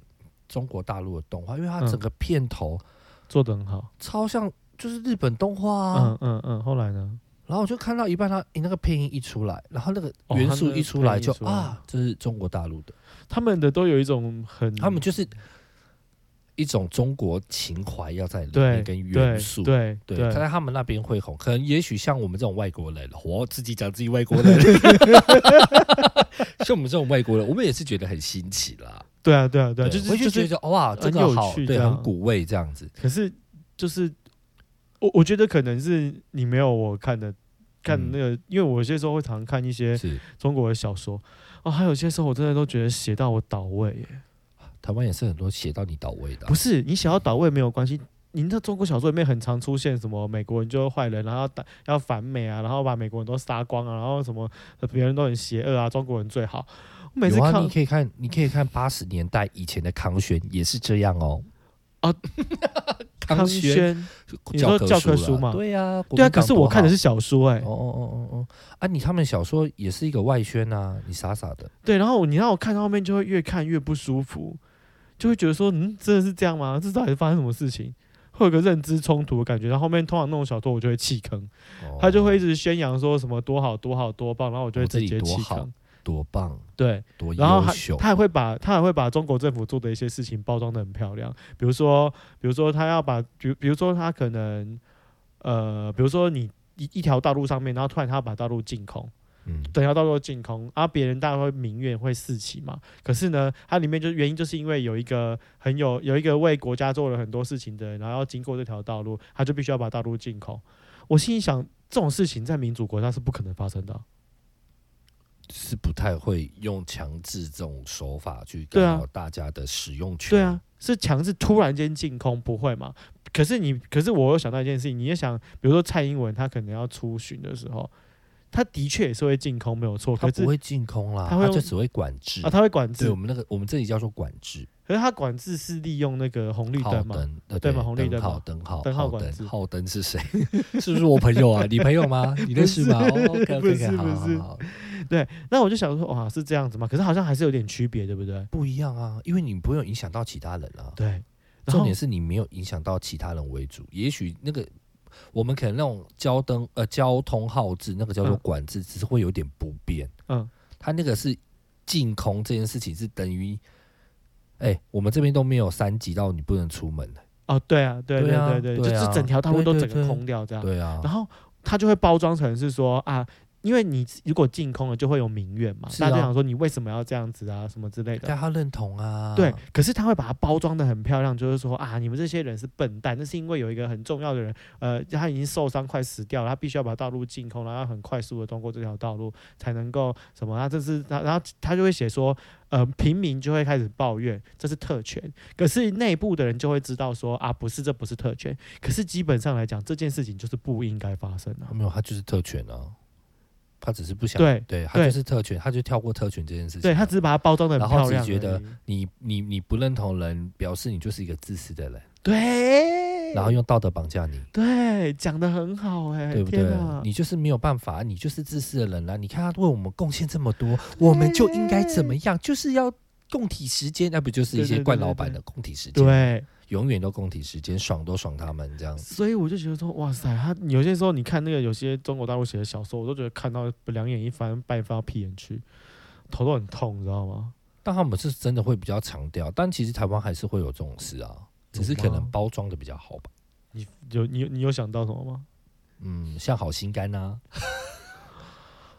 S1: 中国大陆的动画，因为它
S2: 嗯
S1: 整个片头
S2: 做的很好。
S1: 超像就是日本动画啊。
S2: 嗯嗯嗯。后来呢？
S1: 然后我就看到一半它，你那个配音一出来，然后那个
S2: 哦
S1: 元
S2: 它
S1: 素
S2: 那个
S1: 一出来
S2: 配音
S1: 就
S2: 一出来
S1: 啊，这是中国大陆的。
S2: 他们的都有一种很，
S1: 他们就是一种中国情怀要在里
S2: 对
S1: 面跟
S2: 对
S1: 元素。
S2: 对
S1: 对，
S2: 对
S1: 他在他们那边会红，可能也许像我们这种外国人，我自己讲自己外国人，像我们这种外国人，我们也是觉得很新奇啦。
S2: 对啊对啊对啊，就
S1: 我
S2: 是
S1: 就
S2: 就
S1: 觉
S2: 是，
S1: 得哇，
S2: 很
S1: 这个
S2: 有
S1: 好，
S2: 趣
S1: 对，
S2: 这样
S1: 很古味这样子。
S2: 可是就是我我觉得可能是你没有我看的看
S1: 嗯
S2: 那个，因为我有些时候会常看一些
S1: 是，
S2: 中国的小说哦，还有些时候我真的都觉得写到我倒胃耶，
S1: 台湾也是很多写到你倒胃的啊
S2: 不。是你写到倒胃没有关系。您的中国小说里面很常出现什么美国人就是坏人，然后要打要反美啊，然后把美国人都杀光啊，然后什么呃别人都很邪恶啊，中国人最好。我每次
S1: 有
S2: 看
S1: 啊，你可以看，你可以看八十年代以前的康轩也是这样哦。
S2: 啊，
S1: [LAUGHS] 康轩
S2: 轩，你说教科书
S1: 啦
S2: 嘛
S1: 对呀，国
S2: 对啊，
S1: 民
S2: 可
S1: 党
S2: 是我
S1: 多
S2: 看的
S1: 好
S2: 是小说哎、
S1: 哦哦哦哦哦，啊，
S2: 哎
S1: 你他们小说也是一个外宣啊，你傻傻的，
S2: 对，然后你让我看到后面就会越看越不舒服，就会觉得说，嗯，真的是这样吗？这到底是发生什么事情？会有个认知冲突的感觉，然后后面通常那种小说我就会弃坑，他就会一
S1: 哦
S2: 直宣扬说什么多好多好多棒，然后我就会
S1: 哦自
S2: 直
S1: 己
S2: 接
S1: 多
S2: 弃
S1: 好
S2: 坑。
S1: 多棒
S2: 对，
S1: 多
S2: 然后
S1: 优
S2: 他
S1: 秀，
S2: 他还会把他还会把中国政府做的一些事情包装的很漂亮，比如说比如说他要把，比如比如说他可能呃，比如说你一一条道路上面，然后突然他要把道路净空，
S1: 嗯，
S2: 等下到时候净空，啊，别人大概会民怨会四起嘛。可是呢，它里面就是原因，就是因为有一个很有有一个为国家做了很多事情的人，然后要经过这条道路，他就必须要把道路净空。我心里想，这种事情在民主国家是不可能发生的啊、
S1: 是不太会用强制这种手法去干
S2: 对啊
S1: 扰大家的使用权，
S2: 对啊，，是强制突然间净空，不会嘛？可是你，可是我又想到一件事情，你也想，比如说蔡英文，他可能要出巡的时候，他的确也是会净空，没有错。
S1: 他
S2: 可是
S1: 不会净空啦，
S2: 他会
S1: 他就
S2: 用
S1: 只会管制
S2: 啊，，他会管
S1: 对
S2: 制
S1: 我，们那个我们这里叫做管制，
S2: 可是他管制是利用那个红绿
S1: 号
S2: 灯嘛？
S1: 灯，呃
S2: 对
S1: 对
S2: 嘛红绿灯
S1: 号
S2: 嘛
S1: 灯号
S2: 灯号
S1: 号
S2: 管
S1: 灯
S2: 制
S1: 号灯是谁？ [LAUGHS] 是不是我朋友
S2: [LAUGHS]
S1: 啊？你朋友吗？你认识吗？哦
S2: 不
S1: ，OK，OK，
S2: 是
S1: 好
S2: 不
S1: 好
S2: 是
S1: 好好
S2: 那我就想说，哇，是这样子吗？可是好像还是有点区别，对不对？
S1: 不一样啊，因为你不用影响到其他人啊。
S2: 对。然
S1: 重
S2: 后
S1: 点是你没有影响到其他人为主。也许那个我们可能那种交灯呃交通号志那个叫做
S2: 嗯
S1: 管制，只是会有点不便。
S2: 嗯，
S1: 它那个是净空这件事情是等于，哎、我们这边都没有三级到你不能出门的。
S2: 哦，对啊，对
S1: 对啊
S2: 对对，
S1: 对啊
S2: 就是整条道路都
S1: 对
S2: 整
S1: 对
S2: 个空掉这样。
S1: 对啊，
S2: 然后他就会包装成是说啊，因为你如果净空了，就会有民怨嘛，
S1: 是啊
S2: 大家就想说你为什么要这样子啊，什么之类的
S1: 大。家哎认同啊。
S2: 对，可是他会把它包装的很漂亮，就是说啊，你们这些人是笨蛋，那是因为有一个很重要的人，呃，他已经受伤快死掉了，他必须要把道路净空，然后很快速的通过这条道路才能够什么？他这是他，然后他就会写说，呃，平民就会开始抱怨这是特权，可是内部的人就会知道说啊，不是这不是特权，可是基本上来讲，这件事情就是不应该发生的、
S1: 哦没有，他就是特权啊，他只是不想。
S2: 对
S1: 对，他就是特权，他就跳过特权这件事情。
S2: 对他只是把它包装的很
S1: 然后
S2: 漂
S1: 自己
S2: 亮而已，
S1: 觉得你你你不认同人，表示你就是一个自私的人，
S2: 对，
S1: 然后用道德绑架你。
S2: 对讲的很好哎、
S1: 对不
S2: 天
S1: 对
S2: 哪？
S1: 你就是没有办法，你就是自私的人啦、你看他为我们贡献这么多，我们就应该怎么样？就是要供体时间，那不就是一
S2: 对
S1: 些
S2: 对
S1: 惯
S2: 对
S1: 老
S2: 对
S1: 板的供体时间？，
S2: 对。
S1: 永远都供体时间，爽都爽他们这样。
S2: 所以我就觉得说，哇塞，他有些时候你看那个有些中国大陆写的小说，我都觉得看到两眼一翻，半翻到屁眼去，头都很痛，你知道吗？
S1: 但他们是真的会比较强调，但其实台湾还是会有这种事啊，只是可
S2: 有
S1: 能
S2: 吗
S1: 包装的比较好吧。
S2: 你有你有你有想到什么吗？
S1: 嗯，像好心肝啊， [LAUGHS]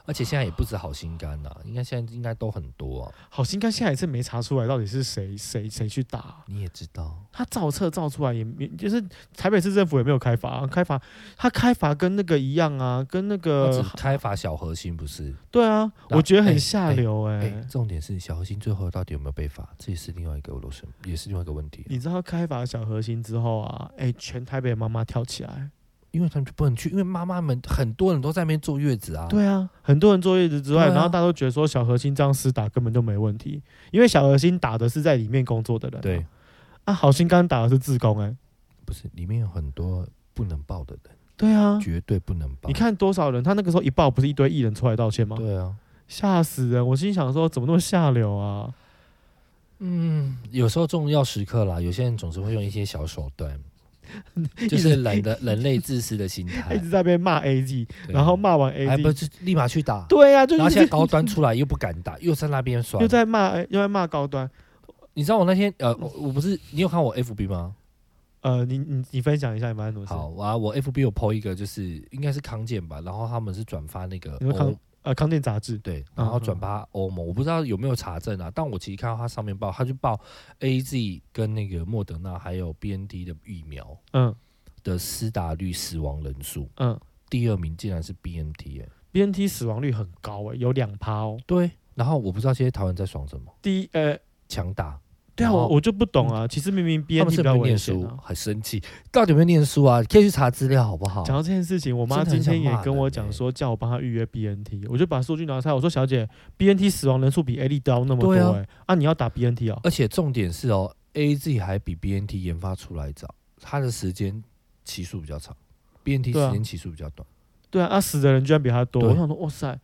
S1: 而且现在也不止好心肝呐、应该现在应该都很多啊。
S2: 好心肝现在也是没查出来到底是谁谁谁去打、
S1: 你也知道，
S2: 他造册造出来也没，就是台北市政府也没有开罚、啊开罚他开罚跟那个一样啊，跟那
S1: 他哦只
S2: 个
S1: 开发小核心不是？
S2: 对啊，
S1: 那
S2: 我觉得
S1: 哎
S2: 很下流哎、
S1: 哎、重点是小核心最后到底有没有被罚，这也是另外一个螺旋，也是另外一个问题啊、
S2: 你知道开罚小核心之后啊，哎、全台北的妈妈跳起来，
S1: 因为他们就不能去，因为妈妈们很多人都在那边坐月子啊。
S2: 对啊，很多人坐月子之外，
S1: 对啊
S2: 然后大家都觉得说小核心这样厮打根本就没问题，因为小核心打的是在里面工作的人、啊，
S1: 对，
S2: 啊，好心肝打的是自工哎、
S1: 不是里面有很多不能报的人，
S2: 对啊，
S1: 绝对不能报。
S2: 你，看多少人，他那个时候一爆不是一堆艺人出来道歉吗？
S1: 对啊，
S2: 吓死人！我心想说怎么那么下流啊？
S1: 嗯，有时候重要时刻啦，有些人总是会用一些小手段，
S2: [LAUGHS]
S1: 就是人的人类自私的心
S2: 他一
S1: 态，
S2: 直在那边骂 AZ，
S1: 哎对
S2: 然后骂完
S1: 还
S2: AZ，
S1: 不是立马去打，
S2: 对呀、啊，就
S1: 然后
S2: 是
S1: 现在高端出来又不敢打，又在那边耍
S2: 又。在骂，又在骂高端。
S1: 你知道我那天呃，我我不是你有看我 FB 吗？
S2: 呃，你你你分享一下你发生什么事？
S1: 好，我啊，我 FB 有 PO 一个，就是应该是康健吧，然后他们是转发那个
S2: 你说
S1: 欧
S2: 康呃康健杂志，
S1: 对，然后
S2: 嗯
S1: 转发欧盟，我不知道有没有查证啊，但我其实看到它上面报，它就报 A Z 跟那个莫德纳还有 B N T 的疫苗
S2: 嗯
S1: 的施打率、死亡人数，
S2: 嗯
S1: 第二名竟然是 B N T 哎、
S2: ，BNT 死亡率很高诶、有两趴哦。
S1: 对，然后我不知道现在台湾在爽什么，
S2: 第一呃，
S1: 强打，
S2: 对啊，
S1: 然后嗯
S2: 我我就不懂啊。其实明明
S1: 他
S2: BNT
S1: 们
S2: 比
S1: 是
S2: 较
S1: 没
S2: 危
S1: 念
S2: 险
S1: 书
S2: 啊。，
S1: 很生气，到底有没有念书啊？可以去查资料好不好？
S2: 讲到这件事情，我妈
S1: 哦真的
S2: 今
S1: 很
S2: 天
S1: 想
S2: 也
S1: 骂
S2: 跟
S1: 人
S2: 我
S1: 欸
S2: 讲说，叫我帮她预约 BNT，我就把数据拿出来，我说小姐，BNT 死亡人数比 A D 高那么多
S1: 对啊
S2: 诶、啊你要打 BNT 哦，
S1: 而且重点是哦，A Z 还比 B N T 研发出来早，它的时间期数比较长，B N T
S2: 对啊
S1: 时间期数比较短。
S2: 对啊，啊死的人居然比他多，
S1: 对
S2: 我想说哇塞。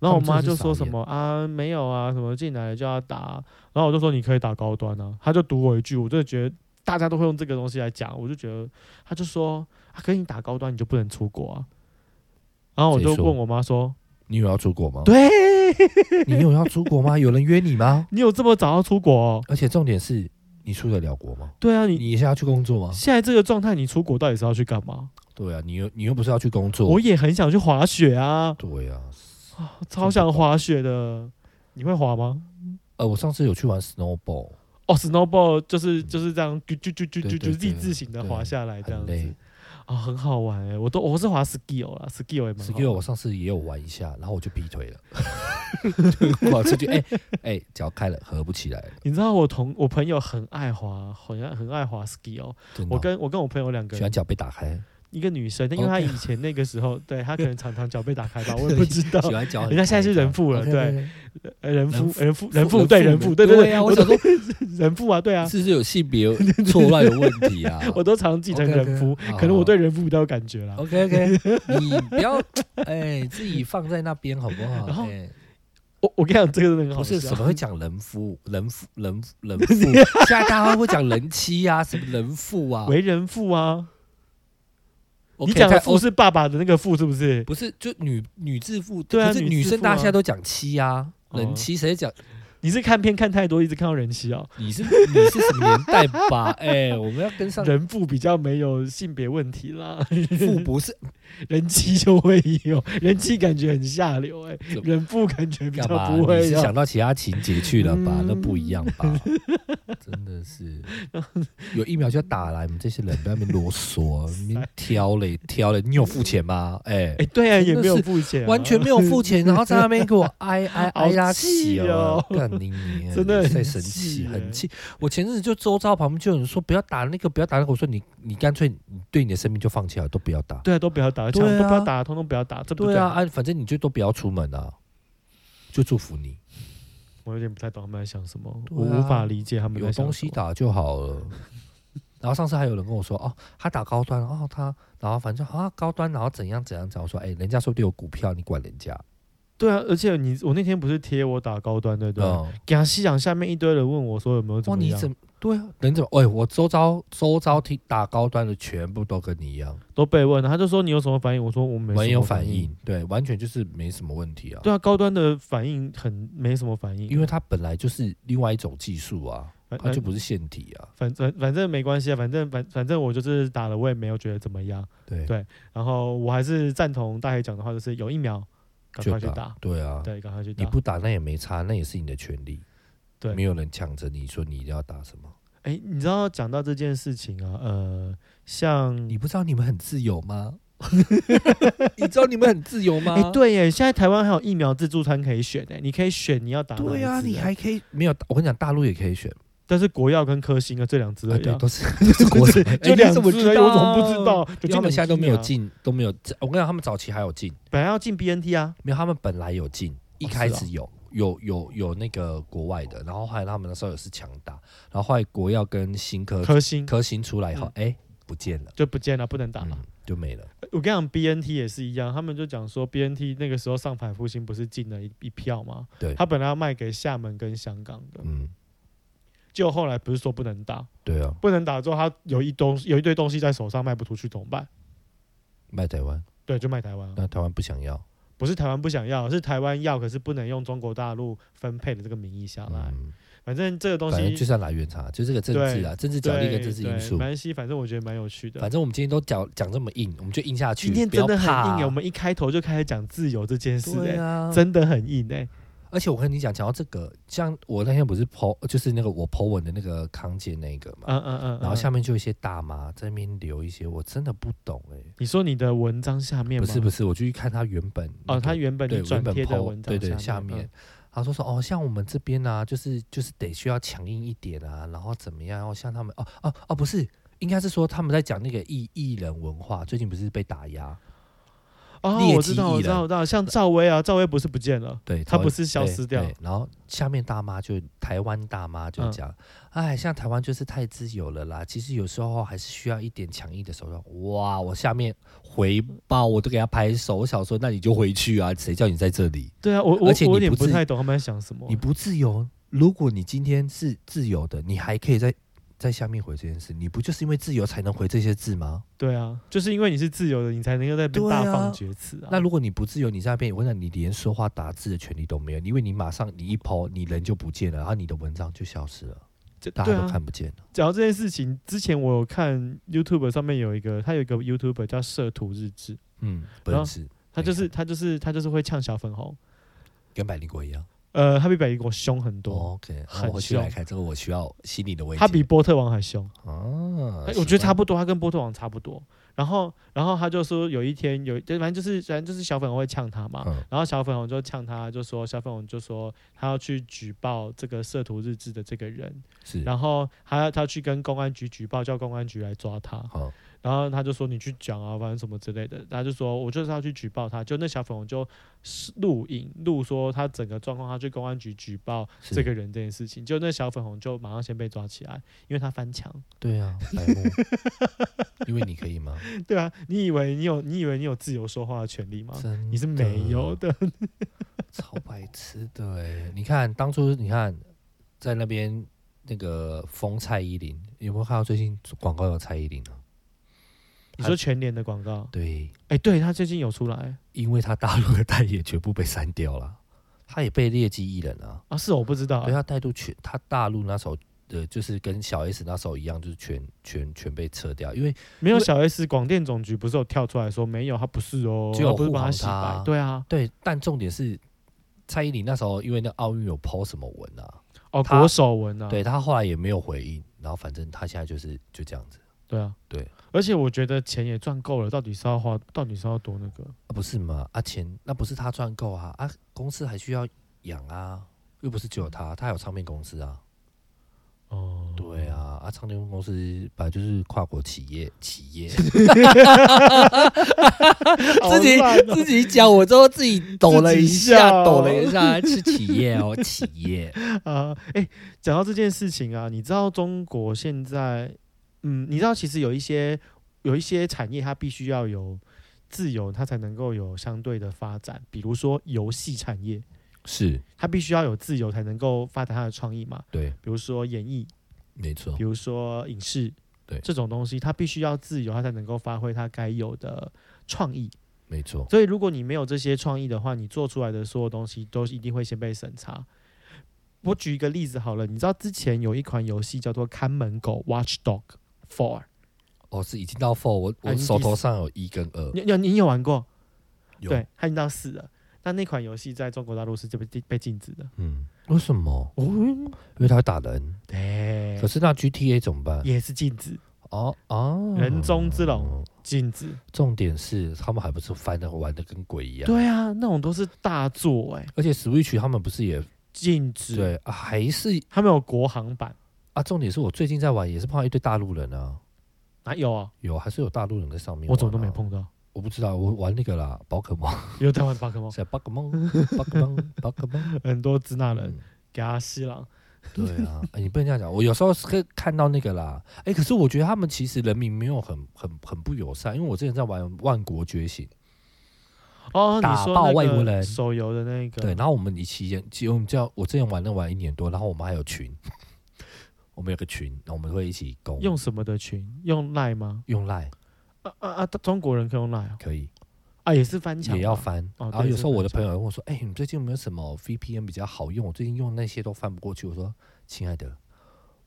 S2: 然后我
S1: 他
S2: 妈
S1: 们真
S2: 就是
S1: 傻
S2: 说什么啊没有啊什么进来了就要打，然后我就说你可以打高端啊，她就堵我一句，我真的觉得大家都会用这个东西来讲，我就觉得她就说啊可以你打高端你就不能出国啊，然后我就
S1: 谁说哦
S2: 问我妈说，
S1: 你有要出国吗？
S2: 对
S1: 你有要出国吗？有人约你吗？
S2: 你有这么早要出国、哦？
S1: 而且重点是你出得了国吗？
S2: 对啊，你
S1: 你现在要去工作吗？
S2: 现在这个状态你出国到底是要去干嘛？
S1: 对啊，你又你又不是要去工作。
S2: 我也很想去滑雪啊，
S1: 对啊，
S2: 超想滑雪的，你会滑吗？
S1: 呃，我上次有去玩 snowball，
S2: 哦，snowball 就是
S1: 嗯
S2: 就是这样，就就就就
S1: 对
S2: 就
S1: 对
S2: 就
S1: 对
S2: Z 字形的
S1: 对
S2: 滑下来这样
S1: 很
S2: 子
S1: 累。
S2: 啊、很好玩哎、我都我是滑 skill 啦，skill 也蛮好玩
S1: skill 我上次也有玩一下，然后我就劈腿了， [LAUGHS] 就我出去哎哎脚开了合不起来了，
S2: 你知道我同我朋友很爱滑，很爱很爱滑 skill。
S1: 真的
S2: 我
S1: 哦
S2: 跟我跟我朋友两个
S1: 喜欢
S2: 人，
S1: 脚被打开，
S2: 一个女生，但因为她以前那个时候，对她可能常常脚被打开
S1: [LAUGHS]
S2: 吧，我也不知道。
S1: 喜欢脚很开。
S2: 人家现在是人父了
S1: 这样
S2: 对，呃人
S1: 人
S2: 夫
S1: 父
S2: 人夫人父对人父对
S1: 对
S2: 对
S1: 啊！我
S2: 我
S1: 想
S2: 都
S1: 说
S2: [LAUGHS] 人父啊对啊，
S1: 是不是有性别错乱的问题啊？
S2: [LAUGHS] 我都常继承
S1: OK，OK，
S2: 人夫
S1: 好，
S2: 可能
S1: 好
S2: 我
S1: 好
S2: 对人夫比较有感觉啦。
S1: OK OK，你不要哎、自己放在那边好不好？
S2: 然后
S1: 哎
S2: 我我跟你讲，这个真的很好
S1: 不
S2: 笑。
S1: 哦是什么会讲人夫、人夫、人夫人
S2: [LAUGHS]
S1: 父，现在大家会讲人妻啊，什么人父啊？
S2: 为人父啊，
S1: 我
S2: 你
S1: 可以
S2: 讲的
S1: 在
S2: 父
S1: 欧
S2: 是爸爸的那个父是不是？
S1: 不是就女女字父？
S2: 对啊
S1: 可是
S2: 女
S1: 女
S2: 字
S1: 生
S2: 父
S1: 大家
S2: 啊
S1: 现在都讲妻啊，
S2: 哦
S1: 人妻谁讲？
S2: 你是看片看太多，一直看到人妻哦。
S1: 你是你是什么年代吧？哎，我们要跟上。
S2: 人父比较没有性别问题啦， [LAUGHS]
S1: 父不是
S2: 人妻就会有，人妻感觉很下流哎、
S1: 怎么
S2: 人父感觉比
S1: [LAUGHS] 干
S2: 较
S1: 嘛？
S2: 不
S1: 你
S2: 会啊
S1: 是
S2: 有。
S1: 想到其他情节去了吧？
S2: 嗯
S1: 那不一样吧？ [LAUGHS] 真的 [LAUGHS] 是，有疫苗就要打来，你们这些人不要那边啰嗦，你们挑 [LAUGHS] 嘞挑嘞，你有付钱吗？哎、
S2: 哎、对啊，
S1: 真的
S2: 也没有
S1: 是
S2: 付钱啊、
S1: 哎完全没有付钱，然后在那边 [LAUGHS] 给我哀哀
S2: 好
S1: 哀啦
S2: 气
S1: 喜
S2: 哦
S1: 哦，干你你
S2: 真的很
S1: 在生
S2: 气
S1: 气，
S2: 耶
S1: 很气。我前阵子就周遭旁边就有人说不要打那个，不要打那个，我说你你干脆你对你的生命就放弃了，都不要打。
S2: 对啊，都不要打，
S1: 对
S2: 枪
S1: 啊
S2: 都不要打，通通不要打，这不
S1: 对啊，，啊，反正你就都不要出门啊，就祝福你。
S2: 我有点不太懂他们在想什么，
S1: 对
S2: 我无
S1: 啊
S2: 法理解他们
S1: 有
S2: 在想
S1: 东
S2: 什
S1: 西
S2: 么。
S1: 打就好了。然后上次还有人跟我说，哦，他打高端，哦，他，然后反正啊高端，然后怎样怎样怎样，我说，哎，人家说不定有股票，你管人家？
S2: 对啊，而且你我那天不是贴我打高端对不对？
S1: 嗯，
S2: 给他西讲下面一堆人问我说有没有怎
S1: 哇，
S2: 么
S1: 你
S2: 样，
S1: 怎么对啊？人怎么？哎，我周遭周遭听打高端的全部都跟你一样，
S2: 都被问了，他就说你有什么反应？我说我没什么
S1: 没有
S2: 反
S1: 反应。，对，完全就是没什么问题啊。
S2: 对啊，高端的反应很没什么反应，
S1: 因为它本来就是另外一种技术啊，
S2: 反
S1: 它就
S2: 反
S1: 不是腺体啊。
S2: 反正反正没关系啊，反正反反正我就是打了，我也没有觉得怎么样。
S1: 对
S2: 对然后我还是赞同大黑讲的话，就是有疫苗赶
S1: 就
S2: 快去打，
S1: 对啊，
S2: 对，赶快去打。
S1: 你不打那也没差，那也是你的权利，
S2: 对
S1: 没有人抢着你说你一定要打什么，
S2: 哎、你知道讲到这件事情啊，呃，像
S1: 你不知道你们很自由吗？ [LAUGHS] 你知道你们很自由吗？
S2: 哎、对耶，现在台湾还有疫苗自助餐可以选哎，你可以选你要打哪一
S1: 对啊，
S2: 支
S1: 你还可以没有？我跟你讲，大陆也可以选，
S2: 但是国药跟科兴啊这两支
S1: 啊
S2: 而已
S1: 对，
S2: 啊、
S1: 都是都是国产，
S2: [LAUGHS] 就两支
S1: 我
S2: 而已，我怎么不知？道？就
S1: 因为他们
S2: 这
S1: 现
S2: 两
S1: 在都
S2: 支
S1: 没有
S2: 啊，
S1: 进，都没有。我跟你讲，他们早期还有进，
S2: 本来要进 BNT 啊，
S1: 没有，他们本来有进，一
S2: 是
S1: 开
S2: 啊
S1: 始有、有有有那个国外的，然后后来他们那时候也是强打，然后后来国药跟新科
S2: 科兴
S1: 呃科兴出来以后，哎、不见了，
S2: 就不见了，不能打了。
S1: 嗯，就没了。
S2: 我跟你讲，BNT 也是一样，他们就讲说 BNT 那个时候上海复兴不是进了一一票吗？
S1: 对
S2: 他本来要卖给厦门跟香港的，
S1: 嗯，
S2: 结果后来不是说不能打，
S1: 对啊，
S2: 不能打之后，他有一东有一堆东西在手上卖不出去怎么办？
S1: 卖台湾，
S2: 对，就卖台湾啊。
S1: 那台湾不想要，
S2: 不是台湾不想要，是台湾要，可是不能用中国大陆分配的这个名义下来。
S1: 嗯，
S2: 反正这个东
S1: 反正就
S2: 西，
S1: 算来源差，就这个政治啊，政治角
S2: 对
S1: 力
S2: 对，
S1: 跟政治因素
S2: 没。关系，反正我觉得蛮有趣的
S1: 反。正我们今天都讲讲这么硬，我们就硬下去。
S2: 今天
S1: 不要
S2: 真的很
S1: 怕
S2: 硬耶，我们一开头就开始讲自由这件事、
S1: 对
S2: 哎、
S1: 啊，
S2: 真的很硬哎、
S1: 而且我跟你讲，讲到这个，像我那天不是 po，就是那个我 po 文的那个康健那个嘛，
S2: 嗯嗯嗯。
S1: 然后下
S2: 面
S1: 面就有一些大妈在那边留一些，我真的不懂哎、
S2: 你说你的文章下面
S1: 不
S2: 吗？
S1: 是不
S2: 是
S1: 是，我就去看他原本那
S2: 哦，
S1: 个
S2: 他原本
S1: 对
S2: 你转
S1: 原本
S2: 贴的
S1: po-
S2: 文章
S1: 对对
S2: 下
S1: 下
S2: 面嗯
S1: 面，他说说哦，像我们这边啊，就是就是得需要强硬一点啊，然后怎么样？哦，像他们哦哦哦，不是，应该是说他们在讲那个艺艺人文化，最近不是被打压？
S2: 嗯哦，
S1: 劣
S2: 我
S1: 迹
S2: 知道，
S1: 艺
S2: 我知道，
S1: 人
S2: 我知道，像赵薇啊，赵薇不是不见了，
S1: 对，
S2: 她
S1: 台湾
S2: 不是消
S1: 对
S2: 失掉
S1: 对，然后下面大妈就台湾大妈就
S2: 嗯
S1: 讲，哎、像台湾就是太自由了啦，其实有时候还是需要一点强硬的手段。哇，我下面回报我都给他拍手，我想说那你就回去啊，谁叫你在这里？
S2: 对啊，我我
S1: 而且你
S2: 我有点
S1: 不
S2: 不
S1: 是
S2: 太懂他们在想什么
S1: 你。不自由，如果你今天是自由的，你还可以在在下面回这件事，你不就是因为自由才能回这些字吗？
S2: 对啊，就是因为你是自由的，你才能够在那边
S1: 对
S2: 大
S1: 啊
S2: 放厥词啊。
S1: 那如果你不自由，你在那边，我想你连说话打字的权利都没有，因为你马上你一抛，你人就不见了，然啊后你的文章就消失了，
S2: 这
S1: 大
S2: 对
S1: 家都
S2: 啊
S1: 看不见了。
S2: 讲到这件事情，之前我有看 YouTube 上面有一个，他有一个 YouTube 叫“社图日志
S1: 嗯，
S2: 然后
S1: 本事，
S2: 他就是
S1: 没
S2: 他就是他就是会呛小粉红，
S1: 跟百灵果一样。
S2: 呃，他比百灵果凶很多，
S1: 哦 OK，那
S2: 很
S1: 我回去来
S2: 凶
S1: 看这个，我需要心理的慰藉。
S2: 他比波特王还凶，
S1: 啊
S2: 哎，我觉得差
S1: 他
S2: 不多，他跟波特王差不多。然后然后他就说有一天有，反正就是反正就是小粉红会呛他嘛，
S1: 嗯
S2: 然后小粉红就呛他，就说小粉红就说他要去举报这个社图日志的这个人，
S1: 是
S2: 然后还要他去跟公安局举报，叫公安局来抓他。
S1: 好
S2: 然后他就说你去讲啊，反正什么之类的。他就说我就是要去举报他，就那小粉红就是录影录说他整个状况，他去公安局举报
S1: 是
S2: 这个人这件事情，就那小粉红就马上先被抓起来，因为他翻墙。 [LAUGHS]
S1: 对啊，白目。因为你可以吗？
S2: 对啊，你以为你有你以为你有自由说话的权利吗？
S1: 真
S2: 啊你是没有
S1: 的 [LAUGHS]
S2: 的。
S1: 超白痴的哎、你看当初你看在那边那个封蔡依林，有没有看到最近广告有蔡依林啊？
S2: 你说全联的广告，
S1: 对，
S2: 哎，对他最近有出来
S1: 因为他大陆的代言全部被删掉了，他也被列记艺人啊。
S2: 啊？是哦我不知道
S1: 对
S2: 啊，
S1: 他态度全，他大陆那时候呃，就是跟小 S 那时候一样，就是全全全被撤掉，因为
S2: 没有小 S 广电总局不是有跳出来说没有，他不是哦，
S1: 只有
S2: 他不是
S1: 护
S2: 帮
S1: 航
S2: 洗
S1: 他
S2: 白，对啊，
S1: 对，但重点是蔡依林那时候因为那奥运有 PO 什么文啊，
S2: 哦，
S1: 他
S2: 国手文啊，
S1: 对他后来也没有回应，然后反正他现在就是就这样子
S2: 对啊，
S1: 对。
S2: 而且我觉得钱也赚够了，到底是要花，到底是要多那个？
S1: 啊，不是嘛？啊钱那不是他赚够啊，啊公司还需要养啊，又不是只有
S2: 嗯
S1: 他，他还有唱片公司啊，
S2: 哦，
S1: 对 [LAUGHS] 啊，啊唱片公司本来就是跨国企业企业。
S2: [LAUGHS] 好
S1: 自己
S2: 烂哦
S1: 自己讲，我之后自己抖了一
S2: 自己
S1: 下，
S2: 笑
S1: 抖了一下，是企业
S2: [LAUGHS]
S1: 哦，企业。
S2: 啊！哎、讲到这件事情啊，你知道中国现在，嗯，你知道其实有一些有一些产业，它必须要有自由，它才能够有相对的发展。比如说游戏产业，
S1: 是
S2: 它必须要有自由才能够发展它的创意嘛。
S1: 对，
S2: 比如说演艺，
S1: 没错
S2: 比，如说影视，
S1: 对
S2: 这种东西，它必须要自由，它才能够发挥它该有的创意。
S1: 没错，
S2: 所以如果你没有这些创意的话，你做出来的所有东西都一定会先被审查。我举一个例子好了，你知道之前有一款游戏叫做《看门狗》（Watchdog Four），
S1: 哦，是已经到 four，我
S2: 啊
S1: 我
S2: 已经
S1: 手
S2: 第
S1: 头
S2: 四
S1: 上有一跟二，
S2: 你你你有玩过？
S1: 有
S2: 对，它已经到四了。那那款游戏在中国大陆是被被禁止的。
S1: 嗯，为什么？
S2: 哦，
S1: 因为他会打人。
S2: 对
S1: 可，是那 GTA 怎么办？
S2: 也是禁止，
S1: 哦哦，
S2: 人中之龙禁止。
S1: 重点是他们还不是翻的玩的跟鬼一样。
S2: 对啊，那种都是大作哎、
S1: 而且 Switch 他们不是也
S2: 禁止。
S1: 对、啊，还是
S2: 他们有国行版，
S1: 啊？重点是我最近在玩，也是碰到一堆大陆人啊，
S2: 哪有啊？
S1: 有还是有大陆人在上面、啊
S2: 我怎么都没，啊碰到。
S1: 我不知道，我玩那个啦，宝可梦，
S2: 有在玩宝可梦，
S1: 是啊宝可梦， [LAUGHS] 宝可梦，宝可
S2: [LAUGHS]
S1: 梦。
S2: 很多支那人
S1: 嗯
S2: 给他吸狼。
S1: 对啊，哎你不能这样讲。我有时候是可以看到那个啦，哎、可是我觉得他们其实人民没有很很很不友善，因为我之前在玩《万国觉醒》，
S2: 哦，你
S1: 打
S2: 说
S1: 爆
S2: 那
S1: 外国
S2: 个
S1: 人
S2: 手游的那个，
S1: 对，然后我们一起演，其实我们叫我之前玩那玩一年多，然后我们还有群， [LAUGHS] 我们有个群，然后我们会一起攻
S2: 用什么的群？用赖吗？
S1: 用赖
S2: 啊啊啊！中国人可以用赖哦，
S1: 可以，
S2: 啊也是翻墙吧，
S1: 也要翻。然
S2: 哦对
S1: 后有
S2: 是
S1: 时候我的朋
S2: 翻
S1: 友还问我说：“哎、你最近有没有什么 VPN 比较好用？我最近用那些都翻不过去。”我说：“嗯亲爱的，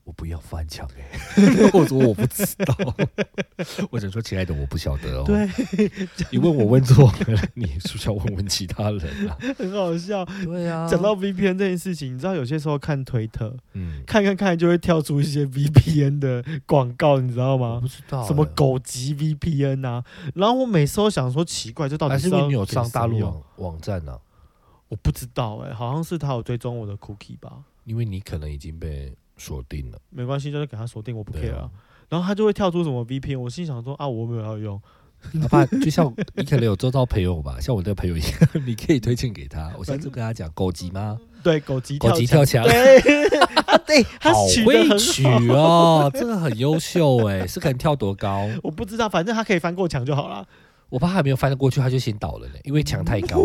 S1: 我不要翻墙哎、
S2: [LAUGHS]
S1: [LAUGHS] 我说：“我不知道。”我只能说：“亲爱的，我不晓得哦。”
S2: 对， [LAUGHS]
S1: 你问我问错了，你是不是要问问其他人
S2: [LAUGHS]
S1: 啊？
S2: 很好笑。
S1: 对啊，
S2: 讲到 VPN 这件事情，你知道有些时候看推特，
S1: 嗯，
S2: 看看看就会跳出一些 VPN 的广告，你知道
S1: 我
S2: 吗
S1: 不？知道
S2: 啊什么
S1: 欸
S2: 狗急 VPN 啊！然后我每次都想说奇怪，这到底
S1: 还是因为
S2: 要
S1: 你有
S2: 给
S1: 上
S2: 谁
S1: 大陆
S2: 用
S1: 网网站呢、啊？
S2: 我不知道哎、好像是他有追踪我的 cookie 吧？
S1: 因为你可能已经被锁定
S2: [LAUGHS]
S1: 了。
S2: 没关系，就是给他锁定，我不 care
S1: 对
S2: 啊
S1: 啊。
S2: 然后他就会跳出什么 VPN，我心想说啊，我没有要用，
S1: 哪怕啊就像你可能有周遭朋友吧， [LAUGHS] 像我的朋友一样，你可以推荐给他。我下次跟他讲狗急吗？
S2: 对，狗急
S1: 狗
S2: 嗯跳
S1: 急跳
S2: 墙，
S1: 墙，
S2: 对 [LAUGHS] 啊，对，他
S1: 好
S2: 取的
S1: 会
S2: 很
S1: 取
S2: 好，
S1: 哦，这个很优秀哎， [LAUGHS] 是可能跳多高？
S2: 我不知道，反正他可以翻过墙就好了。
S1: 我怕还没有翻得过去，他就先倒了呢，因为墙太
S2: [LAUGHS]
S1: 高，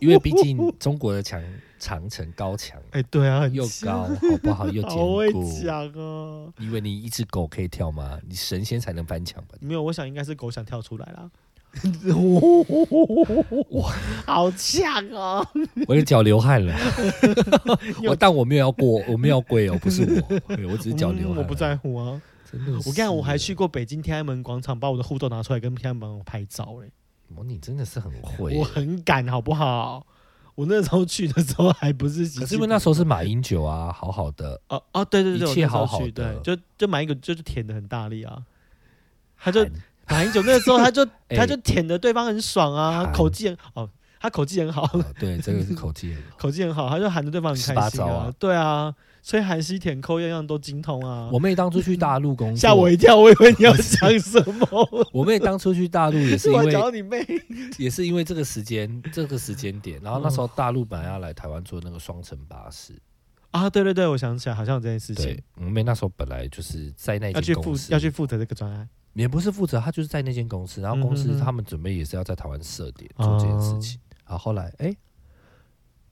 S1: 因为毕竟中国的墙长城高墙
S2: 哎、对啊，很
S1: 又
S2: 强
S1: 高，好不好？又
S2: [LAUGHS] 好会
S1: 坚固。
S2: 讲哦。
S1: 因为你一只狗可以跳吗？你神仙才能翻墙吧？
S2: 没有，我想应该是狗想跳出来啦。好呛哦！，
S1: 我的脚流汗了我但我没有要过，我没有要跪哦，不是
S2: [LAUGHS]
S1: 我，对我只是脚流汗、
S2: 嗯我不在，乎啊。
S1: 真的是。
S2: 我跟你讲，我还去过北京天安门广场，把我的护照拿出来跟天安门拍照嘞。
S1: 哦，你真的是很会欸
S2: 我。很敢，好不好？我那时候去的时候还不是习近平，
S1: 可是因为那时候是马英九啊，好好的，
S2: 哦哦，对对对，
S1: 一切
S2: 我那时候
S1: 好好
S2: 去
S1: 的
S2: 对，就就买一个，就是舔的很大力啊。他就
S1: 韩
S2: 马英九那时候他就
S1: [LAUGHS] 哎
S2: 他就舔的对方很爽啊，
S1: 韩
S2: 口技很哦，他口技很好，
S1: 哦对，这个是口技很好。
S2: 口技很好，他就含着对方很开
S1: 18
S2: 心
S1: 招
S2: 啊
S1: 啊，
S2: 对啊，所以韩西舔抠样样都精通啊。
S1: 我妹当初去大陆工
S2: [LAUGHS] 吓我
S1: 作，
S2: 一跳，我以为你要讲什么，
S1: [LAUGHS] 我妹当初去大陆
S2: [LAUGHS]
S1: 也是因
S2: 我讲
S1: 为
S2: 到你妹，
S1: 也是因为这个时间这个时间点，然后那
S2: 哦
S1: 时候大陆本来要来台湾做那个双层巴士，
S2: 啊，对对对，我想起来，好像有这件事情
S1: 对，，我妹那时候本来就是在那
S2: 要去
S1: 间
S2: 负
S1: 公司
S2: 要去负责这个专案，
S1: 也不是负责，他就是在那间公司，然后公
S2: 嗯哼
S1: 司
S2: 哼
S1: 他们准备也是要在台湾设点做这件事情，然后后来哎、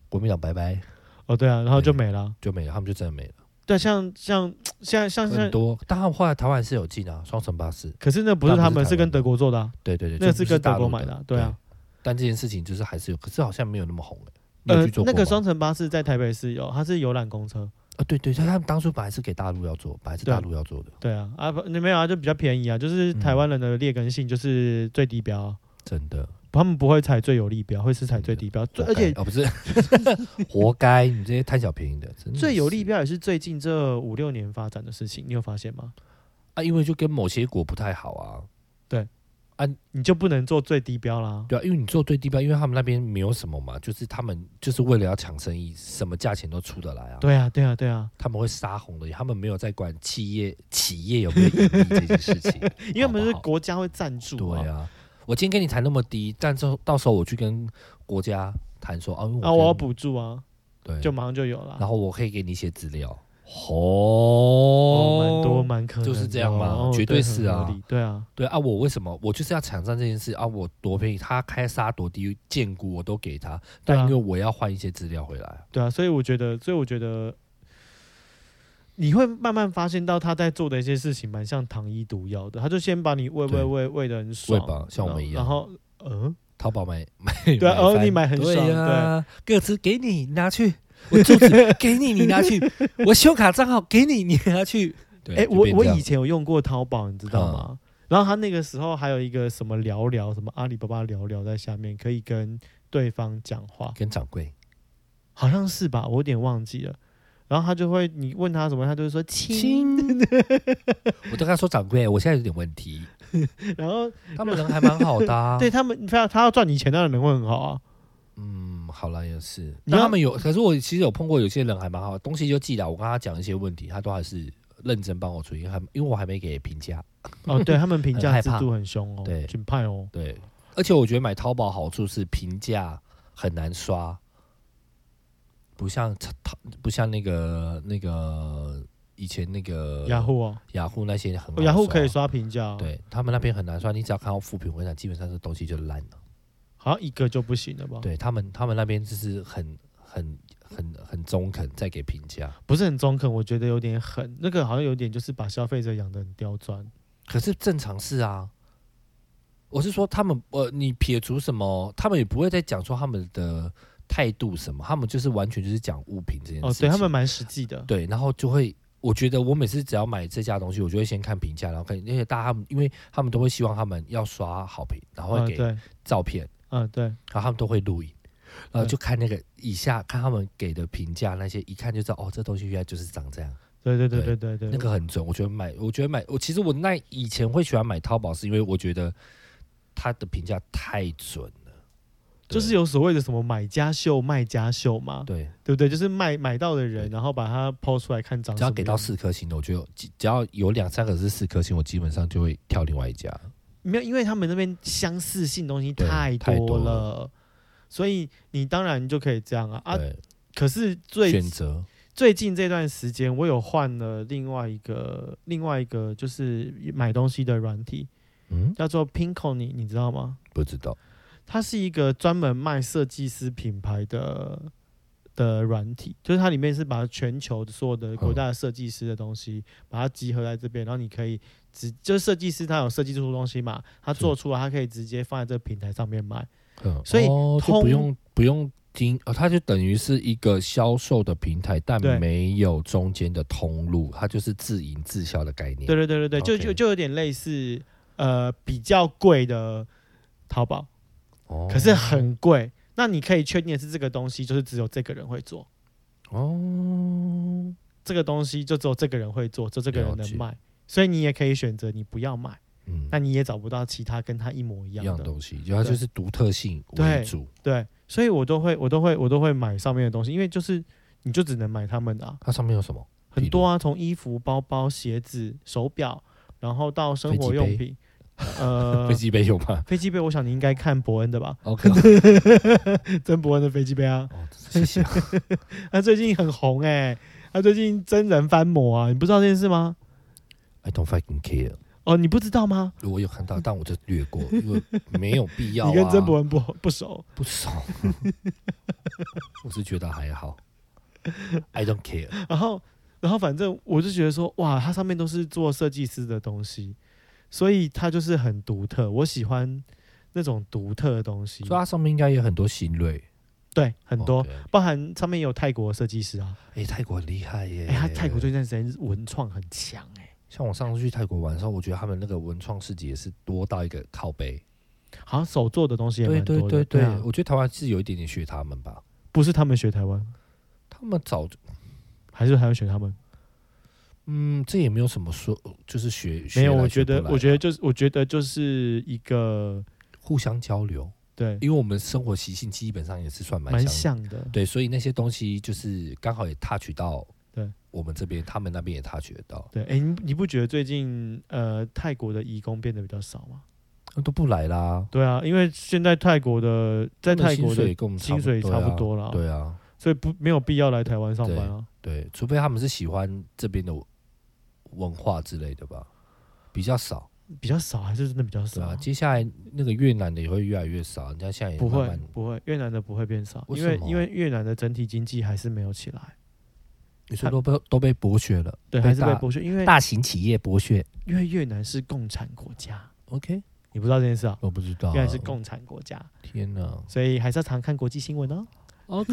S1: 国民党拜拜
S2: 哦，对啊，然后就
S1: 对
S2: 没了。
S1: 就没了，他们就真的没了，
S2: 对，像像现在像
S1: 很
S2: 像，
S1: 多。但他们后来台湾还是有进啊，双层巴士，
S2: 可是那不是他们，是跟德国做的啊，
S1: 对对对，
S2: 那个
S1: 就不
S2: 跟德
S1: 大
S2: 国
S1: 陆
S2: 买的
S1: 的
S2: 啊，对啊。。
S1: 但这件事情就是还是有，可是好像没有那么红哎、你有
S2: 呃
S1: 去做，过
S2: 那
S1: 吗
S2: 个双层巴士在台北市有，它是游览公车，
S1: 啊，对对，他他们当初本来是给大陆要做，本来是大陆要做的，
S2: 对啊，啊不，没有啊，就比较便宜啊，就是
S1: 嗯
S2: 台湾人的劣根性就是最低标啊，
S1: 真的。
S2: 他们不会踩最有利标，会是踩最低标，最而
S1: 活该
S2: 且
S1: 啊，不是， [LAUGHS] 活该你这些贪小便宜的，真的
S2: 最有利
S1: 是
S2: 标也是最近这五六年发展的事情，你有发现吗？
S1: 啊，因为就跟某些国不太好啊，
S2: 你就不能做最低标啦，
S1: 对啊，因为你做最低标，因为他们那边没有什么嘛，就是他们就是为了要抢生意，什么价钱都出得来啊。，
S2: 对啊，对啊，对啊，，
S1: 他们会杀红了眼，他们没有在管企业企业有没有盈利这件事情
S2: 因为我们 [LAUGHS] 是
S1: 好
S2: 啊
S1: 不好
S2: 国家会赞助
S1: 对
S2: 啊，
S1: 啊。我今天跟你谈那么低，但之后到时候我去跟国家谈说啊，因为
S2: 啊，我要
S1: 跟
S2: 补助啊，
S1: 对，
S2: 就马上就有了
S1: 然，后我可以给你一些资料。
S2: 哦，
S1: 哦，
S2: 蛮多蛮可能的哦，
S1: 就是这样嘛
S2: 哦
S1: 绝对是啊，
S2: 很合理对啊，
S1: 对啊，我为什么我就是要抢占这件事啊？我多便宜，他开杀多低，建股我都给他，
S2: 对
S1: 但
S2: 啊
S1: 因为我要换一些资料回来啊，
S2: 对啊，所以我觉得，所以我觉得你会慢慢发现到他在做的一些事情，蛮像糖衣毒药的。他就先把你喂喂
S1: 对
S2: 喂喂的很
S1: 对
S2: 爽，
S1: 吧？像我们一样
S2: 然，后嗯，
S1: 淘宝买 [LAUGHS] 买，
S2: 对啊哦
S1: 翻
S2: 你买很爽
S1: 对啊，个子给你拿去，我住址给你你
S2: [LAUGHS]
S1: 拿去，我信用卡账号给你你拿去。对，
S2: 哎、
S1: 就
S2: 我
S1: 变
S2: 我
S1: 这样嗯
S2: 以前有用过淘宝，你知道吗？然后他那个时候还有一个什么聊聊，什么阿里巴巴聊聊在下面可以跟对方讲话，
S1: 跟掌柜
S2: 好像是吧，我有点忘记了。然后他就会，你问他什么，他就会说亲。，
S1: [LAUGHS] 我都跟他说掌柜，我现在有点问题。
S2: 然后
S1: 他们人还蛮好的、啊，
S2: [LAUGHS] 对，他们，他要他要赚你钱，当然人会很好啊。
S1: 嗯，好了也是。
S2: 你要
S1: 但他们有，可是我其实有碰过有些人还蛮好，东西就寄来，我跟他讲一些问题，他都还是认真帮我处理，还因为我还没给评价。
S2: 哦，对他们评
S1: 很
S2: 价
S1: 害
S2: 制
S1: 怕
S2: 度很凶哦，
S1: 对
S2: 很派哦。
S1: 对，而且我觉得买淘宝好处是评价很难刷，不像淘不像那个那个以前那个
S2: 雅虎哦，
S1: 雅虎那些呃很好
S2: 雅虎
S1: 刷
S2: 可以，刷评价、哦，，
S1: 对他们那边很难刷，你只要看到副评，我跟你讲，基本上这东西就烂了。
S2: 好像一个就不行了吧？，
S1: 对他们他们那边就是很很很很中肯在给评价。
S2: 不是很中肯，我觉得有点狠，那个好像有点就是把消费者养得很刁钻。
S1: 可是正常是啊，我是说他们呃，你撇除什么，他们也不会再讲说他们的态度什么，他们就是完全就是讲物品这件事情。
S2: 哦，对他们蛮实际的，
S1: 对，然后就会。我觉得我每次只要买这家东西，我就会先看评价，然后看，而且大家他们，因为他们都会希望他们要刷好评，然后
S2: 嗯，
S1: 会给
S2: 对，
S1: 照片，
S2: 嗯，对，
S1: 然后他们都会录影，然后
S2: 对
S1: 就看那个以下看他们给的评价，那些一看就知道哦，这东西原来就是长这样。
S2: 对，对，对，
S1: 对
S2: 对，对，对，
S1: 那个很准。我觉得买，我觉得买，我其实我那以前会喜欢买淘宝，是因为我觉得它的评价太准了，对
S2: 就是有所谓的什么买家秀、卖家秀嘛，
S1: 对，
S2: 对不对？就是卖买到的人，
S1: 对
S2: 然后把它抛出来看涨
S1: 只
S2: 什么
S1: 要
S2: 样。
S1: 给到四颗星的，我觉得只只要有两三个是四颗星，我基本上就会跳另外一家。
S2: 没有，因为他们那边相似性东西
S1: 对
S2: 太
S1: 太多
S2: 了，
S1: 了
S2: 所以你当然就可以这样啊啊！
S1: 对，
S2: 可是最
S1: 选择
S2: 最近这段时间，我有换了另外一个另外一个就是买东西的软体，
S1: 嗯，
S2: 叫做 Pinkony，你知道吗？
S1: 不知道，
S2: 它是一个专门卖设计师品牌的的软体，就是它里面是把全球所有的国家的设计师的东西，把它集合在这边，然后你可以直就是设计师他有设计出东西嘛，他做出来，他可以直接放在这个平台上面卖。
S1: 嗯，
S2: 所以
S1: 哦、就不
S2: 通
S1: 用不用经，哦，它就等于是一个销售的平台，但
S2: 对
S1: 没有中间的通路，它就是自营自销的概念。
S2: 对对对对对，就
S1: OK
S2: 就就有点类似呃比较贵的淘宝，
S1: 哦，
S2: 可是很贵。那你可以确定的是这个东西就是只有这个人会做，
S1: 哦，
S2: 这个东西就只有这个人会做，就这个人
S1: 了解
S2: 能卖，所以你也可以选择你不要买。
S1: 嗯，
S2: 那你也找不到其他跟他一模一
S1: 一
S2: 样
S1: 样
S2: 的。
S1: 东西，就它
S2: 对
S1: 就是独特性为
S2: 对
S1: 主，
S2: 对，所以我都会，我都会，我都会买上面的东西，因为就是你就只能买他们的、啊，
S1: 它上面有什么？
S2: 很多啊，从衣服、包包、鞋子、手表，然后到生活用品，
S1: [LAUGHS]
S2: 呃
S1: 飞，机杯有吗
S2: 飞机杯，我想你应该看伯恩的吧，
S1: ？OK，
S2: 曾伯恩的飞机杯啊，
S1: [LAUGHS] 哦，谢谢。
S2: [LAUGHS] 他啊最近很红哎、他最近真人翻模啊，你不知道这件事吗？
S1: I don't fucking care。
S2: 哦，你不知道吗？
S1: 我有看到，但我就略过，因为没有必要、啊。
S2: 嗯你跟曾伯恩不不熟，
S1: 不熟，
S2: [LAUGHS]
S1: 我是觉得还好。I don't care。
S2: 然后，然后反正我就觉得说，哇，它上面都是做设计师的东西，所以它就是很独特。我喜欢那种独特的东西，
S1: 所以它上面应该有很多新锐，
S2: 对，很多，
S1: 哦对
S2: 包含上面也有泰国的设计师啊。
S1: 哎、泰国很厉害耶！
S2: 哎、他泰国最近这段时间文创很强哎、
S1: 像我上次去泰国玩的时候，我觉得他们那个文创市集也是多到一个靠背。
S2: 好像手做的东西也
S1: 对
S2: 蛮多
S1: 对对
S2: 的。
S1: 对，
S2: 啊
S1: 我觉得台湾是有一点点学他们吧，
S2: 不是他们学台湾，
S1: 他们早就
S2: 还是还要学他们？
S1: 嗯，这也没有什么说，就是学
S2: 没
S1: 学来
S2: 有，
S1: 学
S2: 我觉得
S1: 不，来
S2: 我觉
S1: 啊
S2: 得就是，我觉得就是一个
S1: 互相交流，
S2: 对，
S1: 因为我们生活习性基本上也是算蛮
S2: 蛮
S1: 的
S2: 像的。
S1: 对，所以那些东西就是刚好也 touch 到，
S2: 对
S1: 我们这边，他们那边也 touch 得到，
S2: 对，哎、你你不觉得最近呃泰国的移工变得比较少吗？
S1: 那
S2: 哦
S1: 都不来啦。
S2: 对啊，因为现在泰国的在泰
S1: 他们
S2: 国
S1: 薪水
S2: 的
S1: 也跟我们
S2: 薪水差不多啦，
S1: 对啊，
S2: 所以不没有必要来台湾上班啊。
S1: 对，除非他们是喜欢这边的文化之类的吧，比较少，
S2: 比较少还是真的比较
S1: 对
S2: 少
S1: 啊。
S2: 啊，
S1: 接下来那个越南的也会越来越少，人家现在也
S2: 不
S1: 慢
S2: 会
S1: 慢
S2: 不会，越南的不会变少，
S1: 为
S2: 因为
S1: 什么啊
S2: 因为越南的整体经济还是没有起来，
S1: 你说都被都被剥削了，
S2: 对，还是被
S1: 大
S2: 剥削，因为
S1: 大型企业剥削。
S2: 因为越南是共产国家，
S1: OK，
S2: 你不知道这件事啊？
S1: 我不知道啊，
S2: 越南是共产国家，
S1: 天哪，
S2: 所以还是要常看国际新闻哦。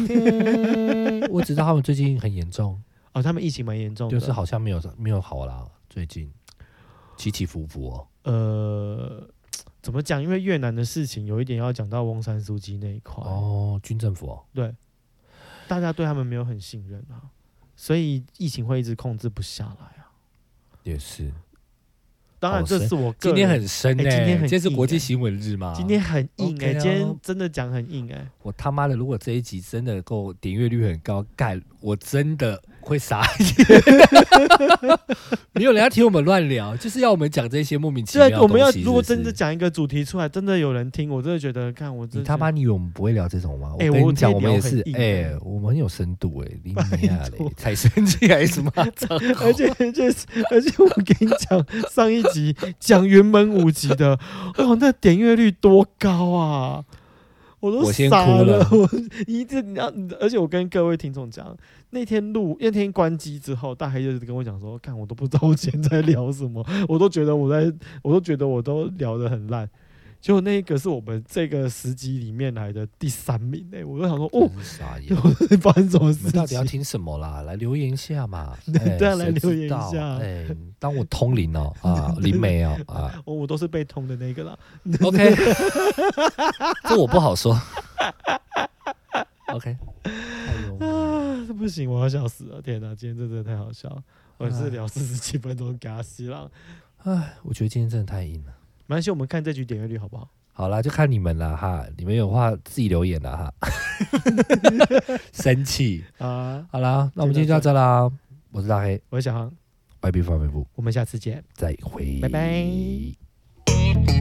S2: [LAUGHS]
S1: OK，我知道他们最近很严重，
S2: 哦，他们疫情蛮严重的，
S1: 就是好像没有没有好啦，最近起起伏伏哦。
S2: 呃，怎么讲？因为越南的事情有一点要讲到翁山苏姬那一块，
S1: 哦，军政府哦，
S2: 对，大家对他们没有很信任啊，所以疫情会一直控制不下来啊。
S1: 也是。
S2: 当然，
S1: 好
S2: 这
S1: 深
S2: 是我个
S1: 哦今天
S2: 人
S1: 很深呢、
S2: 哎今天很
S1: 今天是
S2: 硬
S1: 国
S2: 哎
S1: 际新闻日吗？
S2: 今天很硬哎、
S1: OK 啊
S2: 今天真的讲很硬哎、
S1: 我他妈的，如果这一集真的够点阅率很高，干我真的会傻眼。 [LAUGHS] 没有人要听我们乱聊，就是要我们讲这些莫名其妙的
S2: 对，
S1: 东西。
S2: 啊，我们要
S1: 是不是
S2: 如果真的，讲一个主题出来，真的有人听，我真的觉得看我真
S1: 你
S2: 的
S1: 他妈你以为我们不会聊这种吗？
S2: 哎
S1: 跟
S2: 我
S1: 你讲，
S2: 今天
S1: 我们也
S2: 聊很
S1: 是，
S2: 硬
S1: 哎、
S2: 哎
S1: 我们很有深度哎、你
S2: 拜
S1: 你啊嘞
S2: 托，
S1: 才生气还是骂脏
S2: 觉得，
S1: [LAUGHS]
S2: 而且而且而且我跟你讲，上一集讲云门舞集的，哇，那点阅率多高啊！我都
S1: 我先
S2: 傻
S1: 哭了
S2: 我一直你要，而且我跟各位听众讲，那天录那天关机之后，大黑就是跟我讲说，看我都不知道我今天在聊什么，我都觉得我在，我都觉得我都聊得很烂。结果那个是我们这个十集里面来的第三名诶、 [LAUGHS] 我就想说，哦，，
S1: 傻眼。
S2: 我 [LAUGHS] 发生什么
S1: 你
S2: 事
S1: 们到底要
S2: 情？，
S1: 听什么啦？来留言一下嘛
S2: 对
S1: 哎
S2: 对啊来
S1: 谁知
S2: 留言一
S1: 道
S2: 下 [LAUGHS]
S1: 哎，当我通灵哦，啊，灵媒哦，啊，
S2: 哦，我都是被通的那个啦。
S1: OK，这我不好
S2: [LAUGHS]
S1: 说。OK，哎呦，
S2: 啊， [LAUGHS] 这不行，我要笑死了！天哪，今天真的太好笑了。我
S1: 哎
S2: 也是聊四十几分钟给他吸浪，
S1: 哎，我觉得今天真的太硬了。
S2: 没关系，我们看这局点阅率好不好？
S1: 好啦，就看你们了哈，你们有话自己留言了哈。 [LAUGHS] 生气，
S2: 啊，
S1: 好啦，那我们今天就到这啦。我是大黑，
S2: 我是小航，
S1: 外币方面部，
S2: 我们下次见。
S1: 再会，
S2: 拜拜